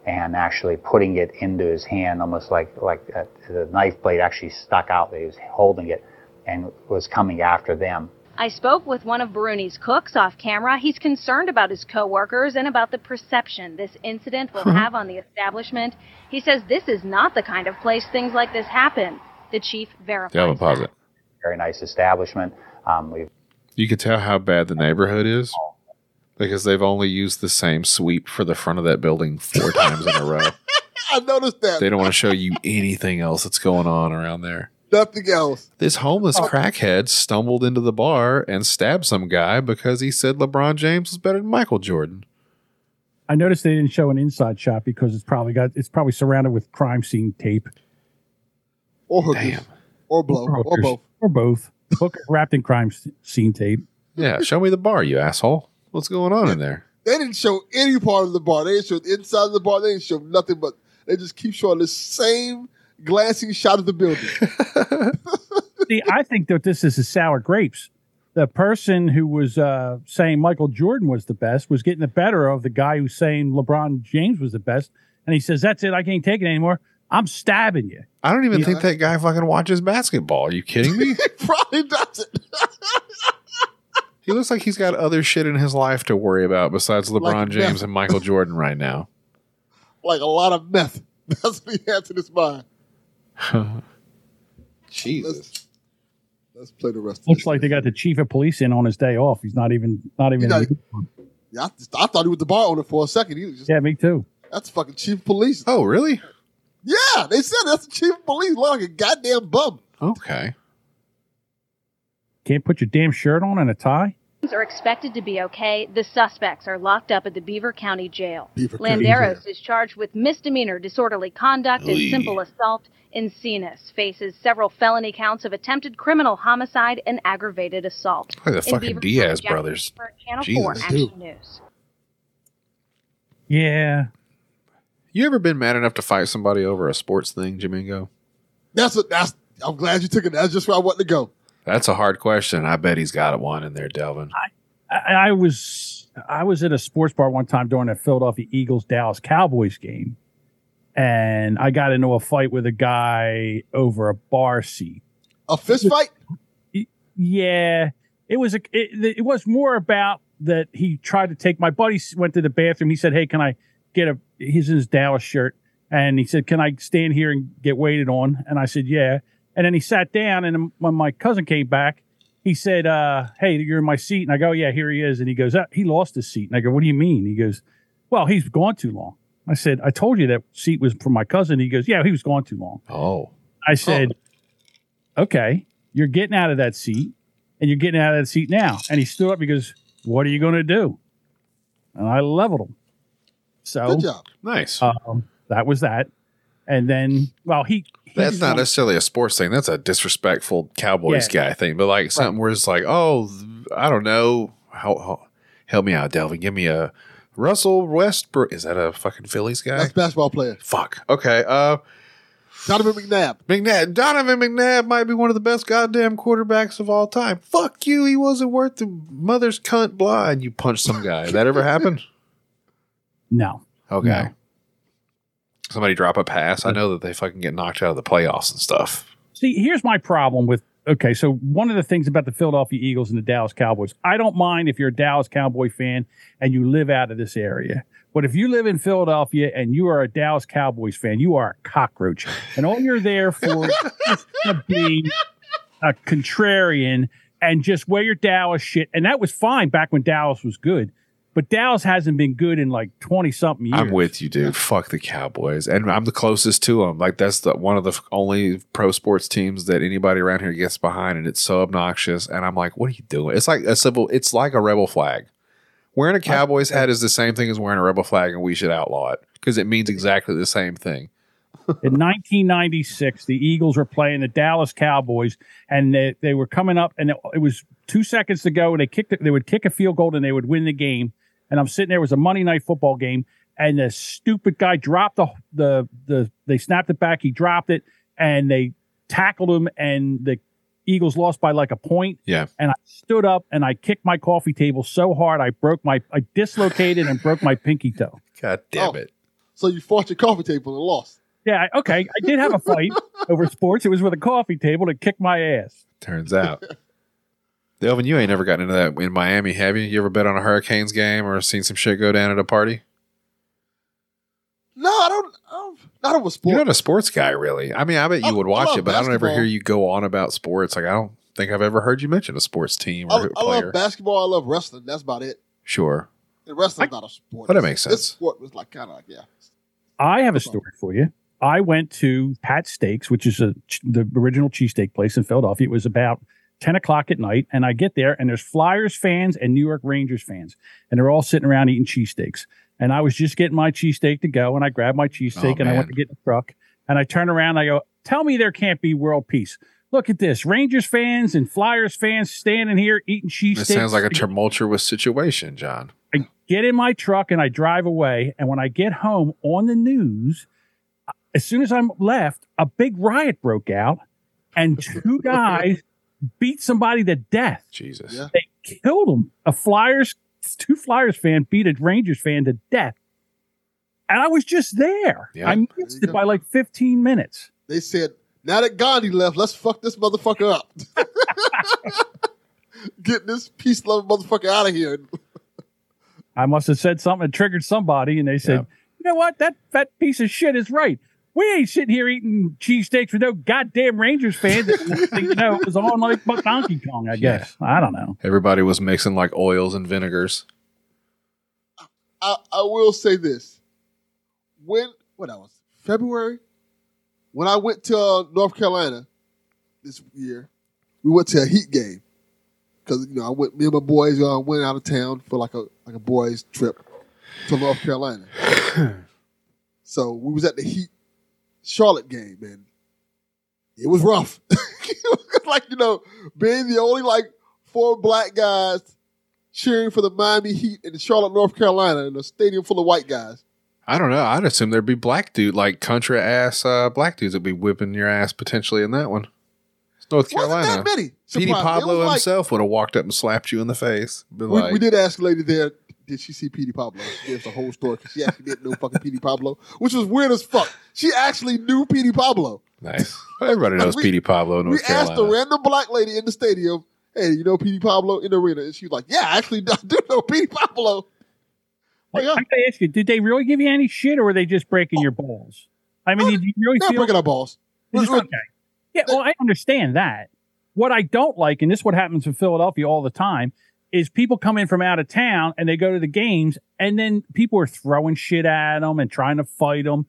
[SPEAKER 8] and actually putting it into his hand, almost like like uh, the knife blade actually stuck out. He was holding it and was coming after them.
[SPEAKER 7] I spoke with one of Baruni's cooks off camera. He's concerned about his coworkers and about the perception this incident
[SPEAKER 2] Mm-hmm.
[SPEAKER 7] will have on the establishment. He says this is not the kind of place things like this happen. The chief verifies.
[SPEAKER 2] Delvin, pause
[SPEAKER 7] that.
[SPEAKER 2] it.
[SPEAKER 8] Very nice establishment. Um, we've
[SPEAKER 2] You can tell how bad the neighborhood is because they've only used the same sweep for the front of that building four times in a row.
[SPEAKER 1] I noticed that.
[SPEAKER 2] They don't want to show you anything else that's going on around there.
[SPEAKER 1] Nothing else.
[SPEAKER 2] This homeless
[SPEAKER 1] Oh.
[SPEAKER 2] crackhead stumbled into the bar and stabbed some guy because he said LeBron James was better than Michael Jordan.
[SPEAKER 3] I noticed they didn't show an inside shot because it's probably got it's probably surrounded with crime scene tape
[SPEAKER 1] Or hookers.
[SPEAKER 2] Damn.
[SPEAKER 1] Or blow. Or
[SPEAKER 3] hookers.
[SPEAKER 1] both.
[SPEAKER 3] or both. Hook wrapped in crime s- scene tape.
[SPEAKER 2] Yeah, show me the bar, you asshole. What's going on in there?
[SPEAKER 1] They didn't show any part of the bar. They didn't show the inside of the bar. They didn't show nothing but they just keep showing the same glancing shot of the building.
[SPEAKER 3] See, I think that this is a sour grapes. The person who was uh, saying Michael Jordan was the best was getting the better of the guy who's saying LeBron James was the best, and he says, "That's it. I can't take it anymore. I'm stabbing you."
[SPEAKER 2] I don't even think that guy fucking watches basketball. Are you kidding me?
[SPEAKER 1] Probably doesn't.
[SPEAKER 2] he looks like he's got other shit in his life to worry about besides LeBron
[SPEAKER 1] Like
[SPEAKER 2] James
[SPEAKER 1] meth.
[SPEAKER 2] and Michael Jordan right now.
[SPEAKER 1] like a lot of meth. That's what he had to his mind.
[SPEAKER 2] Jesus.
[SPEAKER 1] Let's play the rest.
[SPEAKER 3] Looks
[SPEAKER 1] of this.
[SPEAKER 3] like they got the chief of police in on his day off. He's not even not even.
[SPEAKER 1] He's Yeah, I, just- I thought he was the bar owner for a second. He was just
[SPEAKER 3] yeah, me too.
[SPEAKER 1] that's fucking chief of police.
[SPEAKER 2] Oh, really?
[SPEAKER 1] Yeah, they said that's the chief of police. Look like a goddamn bum.
[SPEAKER 2] Okay.
[SPEAKER 3] Can't put your damn shirt on and a tie.
[SPEAKER 7] are expected to be okay. The suspects are locked up at the Beaver County Jail.
[SPEAKER 1] Beaver County
[SPEAKER 7] Landeros is charged with misdemeanor disorderly conduct and simple assault. Encinas faces several felony counts of attempted criminal homicide and aggravated assault.
[SPEAKER 2] Look at the
[SPEAKER 7] In
[SPEAKER 2] fucking
[SPEAKER 7] Beaver
[SPEAKER 2] Diaz
[SPEAKER 7] County, Jack
[SPEAKER 2] brothers.
[SPEAKER 7] Ginsburg, Channel
[SPEAKER 2] Jesus.
[SPEAKER 7] 4 Action News.
[SPEAKER 3] Yeah,
[SPEAKER 2] You ever been mad enough to fight somebody over a sports thing, Jamingo?
[SPEAKER 1] That's what. That's. I'm glad you took it. That's just where I wanted to go.
[SPEAKER 2] That's a hard question. I bet he's got one in there, Delvin.
[SPEAKER 3] I, I was I was at a sports bar one time during a Philadelphia Eagles Dallas Cowboys game, and I got into a fight with a guy over a bar seat.
[SPEAKER 1] A fist fight.
[SPEAKER 3] Yeah, it was a it, it was more about that he tried to take my buddy went to the bathroom. He said, "Hey, can I get a?" He's in his Dallas shirt, and he said, "Can I stand here and get waited on?" And I said, "Yeah." And then he sat down, and when my cousin came back, he said, uh, "Hey, you're in my seat." And I go, "Yeah, here he is." And he goes, uh, "He lost his seat." And I go, "What do you mean?" He goes, Well, he's gone too long. I said, I told you that seat was for my cousin. He goes, Yeah, he was gone too long.
[SPEAKER 2] Oh,
[SPEAKER 3] I said, Okay, you're getting out of that seat and you're getting out of that seat now. And he stood up. He goes, What are you going to do? And I leveled him. So
[SPEAKER 1] Good job.
[SPEAKER 2] nice.
[SPEAKER 3] um, that was that. And then, well, he. he
[SPEAKER 2] that's
[SPEAKER 3] just
[SPEAKER 2] not
[SPEAKER 3] wanted-
[SPEAKER 2] necessarily a sports thing. That's a disrespectful Cowboys guy thing. But like something where it's like, oh, th- I don't know. How, how, help me out, Delvin. Give me a Russell Westbrook. Is that a fucking Phillies guy?
[SPEAKER 1] That's basketball player.
[SPEAKER 2] Fuck. Okay. Uh,
[SPEAKER 1] Donovan McNabb.
[SPEAKER 2] McNabb, Donovan McNabb might be one of the best goddamn quarterbacks of all time. Fuck you. He wasn't worth the mother's cunt blind. You punched some guy. that ever happened?
[SPEAKER 3] No.
[SPEAKER 2] Okay.
[SPEAKER 3] No.
[SPEAKER 2] Somebody drop a pass. I know that they fucking get knocked out of the playoffs and stuff.
[SPEAKER 3] See, here's my problem with okay. So one of the things about the Philadelphia Eagles and the Dallas Cowboys, I don't mind if you're a Dallas Cowboy fan and you live out of this area. But if you live in Philadelphia and you are a Dallas Cowboys fan, you are a cockroach, and all you're there for is just to be a contrarian and just wear your Dallas shit. And that was fine back when Dallas was good, but Dallas hasn't been good in like twenty something years.
[SPEAKER 2] I'm with you, dude. Fuck the Cowboys, and I'm the closest to them. Like that's the one of the f- only pro sports teams that anybody around here gets behind, and it's so obnoxious. And I'm like, what are you doing? It's like a civil. It's like a rebel flag. Wearing a Cowboys hat is the same thing as wearing a rebel flag, and we should outlaw it because it means exactly the same thing.
[SPEAKER 3] In 1996, the Eagles were playing the Dallas Cowboys, and they, they were coming up, and it, it was two seconds to go. And they kicked it, they would kick a field goal, and they would win the game. And I'm sitting there; it was a Monday night football game, and the stupid guy dropped the the the. They snapped it back. He dropped it, and they tackled him, and the Eagles lost by like a point.
[SPEAKER 2] Yeah.
[SPEAKER 3] And I stood up and I kicked my coffee table so hard I broke my I dislocated and broke my pinky toe.
[SPEAKER 2] God damn
[SPEAKER 1] Oh.
[SPEAKER 2] it!
[SPEAKER 1] So you fought your coffee table and lost.
[SPEAKER 3] Yeah, I- okay. I did have a fight over sports. It was with a coffee table that kicked my ass.
[SPEAKER 2] Turns out, Delvin, you ain't never gotten into that in Miami, have you? You ever been on a Hurricanes game or seen some shit go down at a party?
[SPEAKER 1] No, I don't. I don't not over
[SPEAKER 2] You're
[SPEAKER 1] sport.
[SPEAKER 2] not a sports guy, really. I mean, I bet you
[SPEAKER 1] I-
[SPEAKER 2] would
[SPEAKER 1] I
[SPEAKER 2] watch
[SPEAKER 1] love
[SPEAKER 2] it, but I don't ever
[SPEAKER 1] basketball.
[SPEAKER 2] hear you go on about sports. Like, I don't think I've ever heard you mention a sports team or
[SPEAKER 1] I,
[SPEAKER 2] a
[SPEAKER 1] I
[SPEAKER 2] player.
[SPEAKER 1] love basketball. I love wrestling. That's about it.
[SPEAKER 2] sure.
[SPEAKER 1] And wrestling's not a sport.
[SPEAKER 2] Well, that makes
[SPEAKER 1] This-
[SPEAKER 2] sense.
[SPEAKER 1] This sport was like kind of like yeah.
[SPEAKER 3] I have a story for you. I went to Pat Steaks, which is a, ch- the original cheesesteak place in Philadelphia. It was about 10 o'clock at night. And I get there, and there's Flyers fans and New York Rangers fans. And they're all sitting around eating cheesesteaks. And I was just getting my cheesesteak to go. And I grabbed my cheesesteak
[SPEAKER 2] Oh,
[SPEAKER 3] and I
[SPEAKER 2] man.
[SPEAKER 3] went to get in the truck. And I turn around, and I go, Tell me there can't be world peace. Look at this Rangers fans and Flyers fans standing here eating cheesesteaks.
[SPEAKER 2] It sounds like a tumultuous situation, John.
[SPEAKER 3] I get in my truck and I drive away. And when I get home on the news, as soon as I'm left, a big riot broke out and two guys beat somebody to death.
[SPEAKER 2] Jesus.
[SPEAKER 1] Yeah.
[SPEAKER 3] They killed them. A Flyers, two Flyers fan beat a Rangers fan to death. And I was just there.
[SPEAKER 2] Yeah.
[SPEAKER 3] I
[SPEAKER 1] There
[SPEAKER 3] missed
[SPEAKER 1] you
[SPEAKER 3] it
[SPEAKER 1] go.
[SPEAKER 3] by like 15 minutes.
[SPEAKER 1] They said now that Gandhi left, let's fuck this motherfucker up. Get this peace loving motherfucker out of here.
[SPEAKER 3] I must have said something that triggered somebody, and they said, "You know what? That fat piece of shit is right. We ain't sitting here eating cheesesteaks with no goddamn Rangers fans." Next thing you know, it was on like but Donkey Kong. I guess I don't know.
[SPEAKER 2] Everybody was mixing like oils and vinegars.
[SPEAKER 1] I, I will say this. When what that was February, when I went to uh, North Carolina this year, we went to a Heat game because you know I went. Me and my boys uh, went out of town for like a like a boys trip to North Carolina. so we was at the Heat Charlotte game and it was rough. like you know, being the only like four black guys cheering for the Miami Heat in Charlotte, North Carolina, in a stadium full of white guys.
[SPEAKER 2] I don't know. I'd assume there'd be black dude, like country ass uh, black dudes that'd be whipping your ass potentially in that one. It's North Carolina.
[SPEAKER 1] Wasn't that many?
[SPEAKER 2] Petey
[SPEAKER 1] Surprised. It
[SPEAKER 2] Pablo
[SPEAKER 1] was like-
[SPEAKER 2] himself would have walked up and slapped you in the face. Be
[SPEAKER 1] We,
[SPEAKER 2] like,
[SPEAKER 1] we did ask a lady there, did she see Petey Pablo? She gave us the whole story because she actually didn't know fucking Petey Pablo, which was weird as fuck. She actually knew Petey Pablo.
[SPEAKER 2] nice. Everybody knows
[SPEAKER 1] We-
[SPEAKER 2] Petey Pablo in
[SPEAKER 1] we
[SPEAKER 2] North Carolina.
[SPEAKER 1] asked a random black lady in the stadium, hey, you know Petey Pablo in the arena? And she was like, yeah, I actually do do know Petey Pablo. Oh, yeah.
[SPEAKER 3] I gotta ask you, did they really give you any shit, or were they just breaking your balls? I mean, did you really
[SPEAKER 1] Now
[SPEAKER 3] feel
[SPEAKER 1] breaking our balls.
[SPEAKER 3] It's
[SPEAKER 1] Look,
[SPEAKER 3] okay? Yeah, well, I understand that. What I don't like, and this is what happens in Philadelphia all the time, is people come in from out of town and they go to the games and then people are throwing shit at them and trying to fight them.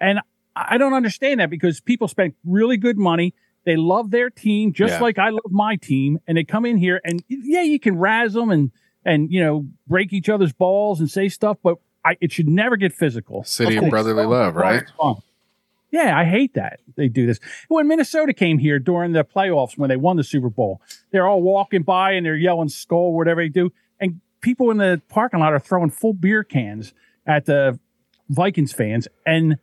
[SPEAKER 3] And I I don't understand that because people spent really good money. They love their team just
[SPEAKER 2] Yeah.
[SPEAKER 3] like I love my team. And they come in here and yeah, you can razz them and, and, you know, break each other's balls and say stuff, but I, it should never get physical.
[SPEAKER 2] City of
[SPEAKER 1] Oh
[SPEAKER 2] brotherly love, right?
[SPEAKER 3] Yeah, I hate that they do this. When Minnesota came here during the playoffs when they won the Super Bowl, they're all walking by and they're yelling skull, whatever they do. And people in the parking lot are throwing full beer cans at the Vikings fans. And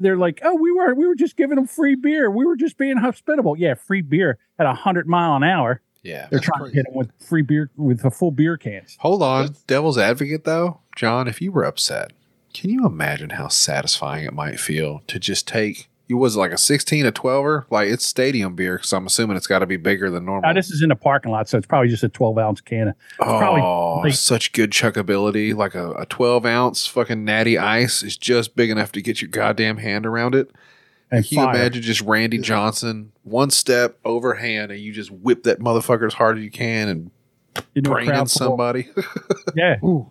[SPEAKER 3] they're like, oh, we were we were just giving them free beer. We were just being hospitable. Yeah, free beer at 100 mile an hour.
[SPEAKER 2] Yeah.
[SPEAKER 3] They're trying to hit them with free beer with a full beer cans.
[SPEAKER 2] Hold on, devil's advocate though, John. If you were upset, can you imagine how satisfying it might feel to just take? It was it, like a sixteen, a twelver, like it's stadium beer because I'm assuming it's got to be bigger than normal.
[SPEAKER 3] Now, this is in a parking lot, so it's probably just a 12 ounce can. of-
[SPEAKER 2] oh,
[SPEAKER 3] probably-
[SPEAKER 2] such good chuckability! Like a, a twelve ounce fucking natty ice is just big enough to get your goddamn hand around it.
[SPEAKER 3] And
[SPEAKER 2] Can you
[SPEAKER 3] fire.
[SPEAKER 2] imagine just Randy Johnson one step overhand and you just whip that motherfucker as hard as you can and
[SPEAKER 3] into a
[SPEAKER 2] brain in
[SPEAKER 3] crowd full-
[SPEAKER 2] somebody?
[SPEAKER 3] Yeah.
[SPEAKER 1] Ooh.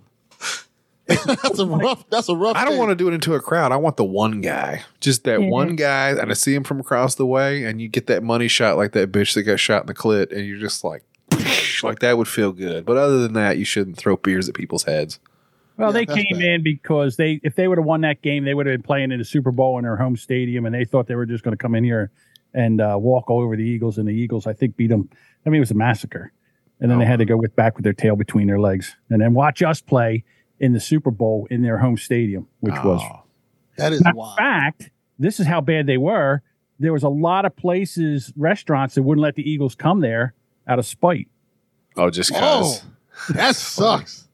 [SPEAKER 1] that's a rough. That's a rough.
[SPEAKER 2] I don't
[SPEAKER 1] thing.
[SPEAKER 2] want to do it into a crowd. I want the one guy, just that
[SPEAKER 3] Yeah.
[SPEAKER 2] one guy, and I see him from across the way, and you get that money shot like that bitch that got shot in the clit, and you're just like, like that would feel good. But other than that, you shouldn't throw beers at people's heads.
[SPEAKER 3] Well,
[SPEAKER 1] Yeah,
[SPEAKER 3] they
[SPEAKER 1] that's
[SPEAKER 3] came
[SPEAKER 1] bad.
[SPEAKER 3] in because they if they would have won that game, they would have been playing in the Super Bowl in their home stadium, and they thought they were just going to come in here and uh, walk all over the Eagles. And the Eagles, I think, beat them. I mean, it was a massacre. And then they had to go with back with their tail between their legs, and then watch us play in the Super Bowl in their home stadium, which was
[SPEAKER 2] Oh.
[SPEAKER 1] That is
[SPEAKER 3] Matter of
[SPEAKER 1] wild.
[SPEAKER 3] fact, this is how bad they were. There was a lot of places, restaurants that wouldn't let the Eagles come there out of spite.
[SPEAKER 2] oh, just
[SPEAKER 1] Oh,
[SPEAKER 2] because.
[SPEAKER 1] that sucks.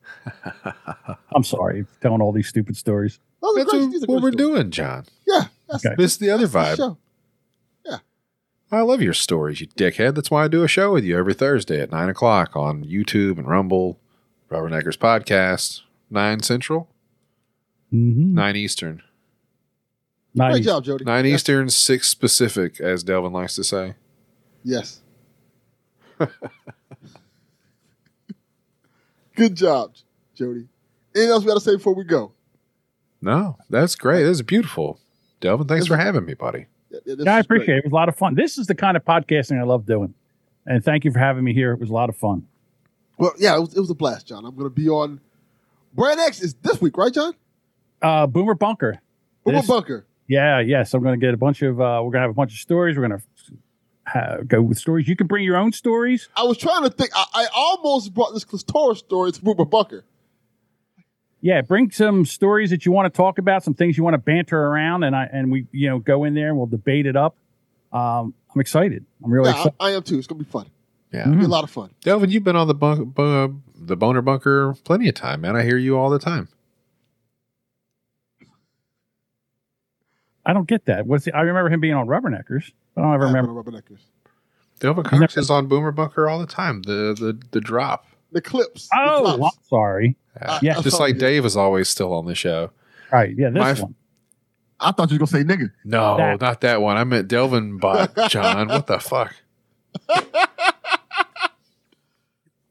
[SPEAKER 3] I'm sorry, telling all these stupid stories.
[SPEAKER 1] Those are
[SPEAKER 2] That's
[SPEAKER 1] great-
[SPEAKER 2] what,
[SPEAKER 1] these are
[SPEAKER 2] what
[SPEAKER 1] great
[SPEAKER 2] we're
[SPEAKER 1] stories.
[SPEAKER 2] doing, John.
[SPEAKER 1] Yeah, that's
[SPEAKER 3] Okay.
[SPEAKER 2] This is the other
[SPEAKER 1] the
[SPEAKER 2] vibe.
[SPEAKER 1] show.
[SPEAKER 2] I love your stories, you dickhead. That's why I do a show with you every Thursday at nine o'clock on YouTube and Rumble, Rubberneckers Podcast, nine Central,
[SPEAKER 3] Mm-hmm.
[SPEAKER 2] nine Eastern.
[SPEAKER 1] Great job, Jody.
[SPEAKER 2] Nine
[SPEAKER 1] Yes.
[SPEAKER 2] Eastern, six Pacific, as Delvin likes to say.
[SPEAKER 1] Yes. Good job, Jody. Anything else we got to say before we go?
[SPEAKER 2] No, that's great. That's beautiful. Delvin, thanks for having me, buddy.
[SPEAKER 1] Yeah, yeah, this
[SPEAKER 3] Yeah, I
[SPEAKER 1] is great.
[SPEAKER 3] appreciate it. It was a lot of fun. This is the kind of podcasting I love doing. And thank you for having me here. It was a lot of fun.
[SPEAKER 1] Well, yeah, it was, it was a blast, John. I'm going to be on. Brand X is this week, right, John?
[SPEAKER 3] Uh, Boomer Bunker.
[SPEAKER 1] Boomer
[SPEAKER 3] This-
[SPEAKER 1] Bunker.
[SPEAKER 3] Yeah, yes. I'm going to get a bunch of, uh, we're going to have a bunch of stories. We're going to uh, go with stories. You can bring your own stories.
[SPEAKER 1] I was trying to think. I, I almost brought this Clitoris story to Boomer Bunker.
[SPEAKER 3] Yeah, bring some stories that you want to talk about, some things you want to banter around, and I and we you know go in there and we'll debate it up. Um, I'm excited. I'm really Mm-hmm.
[SPEAKER 1] Yeah,
[SPEAKER 3] excited.
[SPEAKER 1] I, I am too. It's going to be fun.
[SPEAKER 2] Yeah.
[SPEAKER 1] It'll be a lot of fun.
[SPEAKER 2] Mm-hmm. Delvin, you've been on the bunk, bu- the boner bunker plenty of time, man. I hear you all the time.
[SPEAKER 3] I don't get that. What's the, I remember him being on Rubberneckers. but I don't ever
[SPEAKER 1] I've been
[SPEAKER 3] remember.
[SPEAKER 1] on Rubberneckers.
[SPEAKER 2] Delvin Cox is on Boomer Bunker all the time. The the the drop.
[SPEAKER 1] The clips. the
[SPEAKER 3] Oh,
[SPEAKER 1] flops.
[SPEAKER 3] I'm sorry.
[SPEAKER 2] Uh,
[SPEAKER 3] Yeah.
[SPEAKER 2] Just like Dave is always still on the show.
[SPEAKER 3] All right. Yeah, this
[SPEAKER 2] My-
[SPEAKER 3] one.
[SPEAKER 1] I thought you were going to say nigga.
[SPEAKER 2] No,
[SPEAKER 3] That-
[SPEAKER 2] not that one. I meant Delvin bot, John. what the fuck?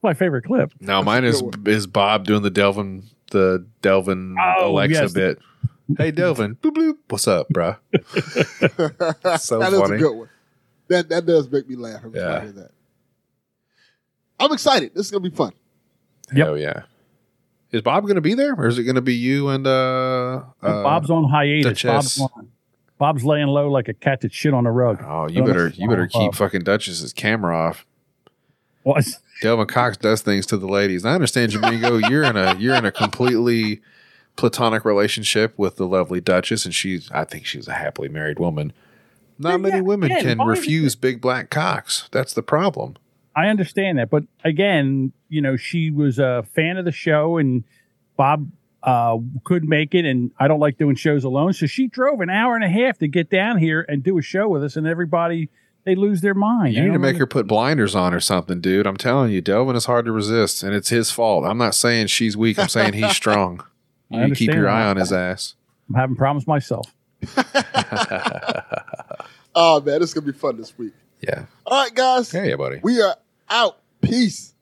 [SPEAKER 3] My favorite clip.
[SPEAKER 2] No, mine is is Bob doing the Delvin the Delvin
[SPEAKER 3] Oh,
[SPEAKER 2] Alexa
[SPEAKER 3] yes.
[SPEAKER 2] bit. Hey Delvin, bloop bloop. What's up, bruh? So
[SPEAKER 1] That is
[SPEAKER 2] funny.
[SPEAKER 1] a good one. That that does make me laugh every time
[SPEAKER 2] Yeah.
[SPEAKER 1] I hear that. I'm excited. This is gonna be fun.
[SPEAKER 3] Yep.
[SPEAKER 2] Hell yeah. Is Bob going to be there, or is it going to be you and uh, uh
[SPEAKER 3] Bob's on hiatus.
[SPEAKER 2] Duchess.
[SPEAKER 3] Bob's, on- Bob's laying low like a cat that shit on a rug.
[SPEAKER 2] Oh, you better you better keep
[SPEAKER 3] Bob.
[SPEAKER 2] fucking Duchess's camera off.
[SPEAKER 3] Well, it's-
[SPEAKER 2] Delvin Cox does things to the ladies. And I understand, Jamingo, you're in a you're in a completely platonic relationship with the lovely Duchess, and she's I think she's a happily married woman. Not
[SPEAKER 3] Yeah,
[SPEAKER 2] many
[SPEAKER 3] yeah,
[SPEAKER 2] women
[SPEAKER 3] yeah,
[SPEAKER 2] can
[SPEAKER 3] why is it-
[SPEAKER 2] refuse big black cocks. That's the problem.
[SPEAKER 3] I understand that, but again, you know, she was a fan of the show, and Bob uh, couldn't make it, and I don't like doing shows alone, so she drove an hour and a half to get down here and do a show with us, and everybody they lose their mind.
[SPEAKER 2] You
[SPEAKER 3] They
[SPEAKER 2] need to
[SPEAKER 3] don't
[SPEAKER 2] make
[SPEAKER 3] really-
[SPEAKER 2] her put blinders on or something, dude. I'm telling you, Delvin is hard to resist, and it's his fault. I'm not saying she's weak. I'm saying he's strong.
[SPEAKER 3] I
[SPEAKER 2] You keep
[SPEAKER 3] understand
[SPEAKER 2] your
[SPEAKER 3] that.
[SPEAKER 2] eye on his ass.
[SPEAKER 3] I'm having problems myself.
[SPEAKER 1] Oh man, this is gonna be fun this week.
[SPEAKER 2] Yeah.
[SPEAKER 1] All right, guys.
[SPEAKER 2] Yeah, yeah, buddy.
[SPEAKER 1] We are out. Peace.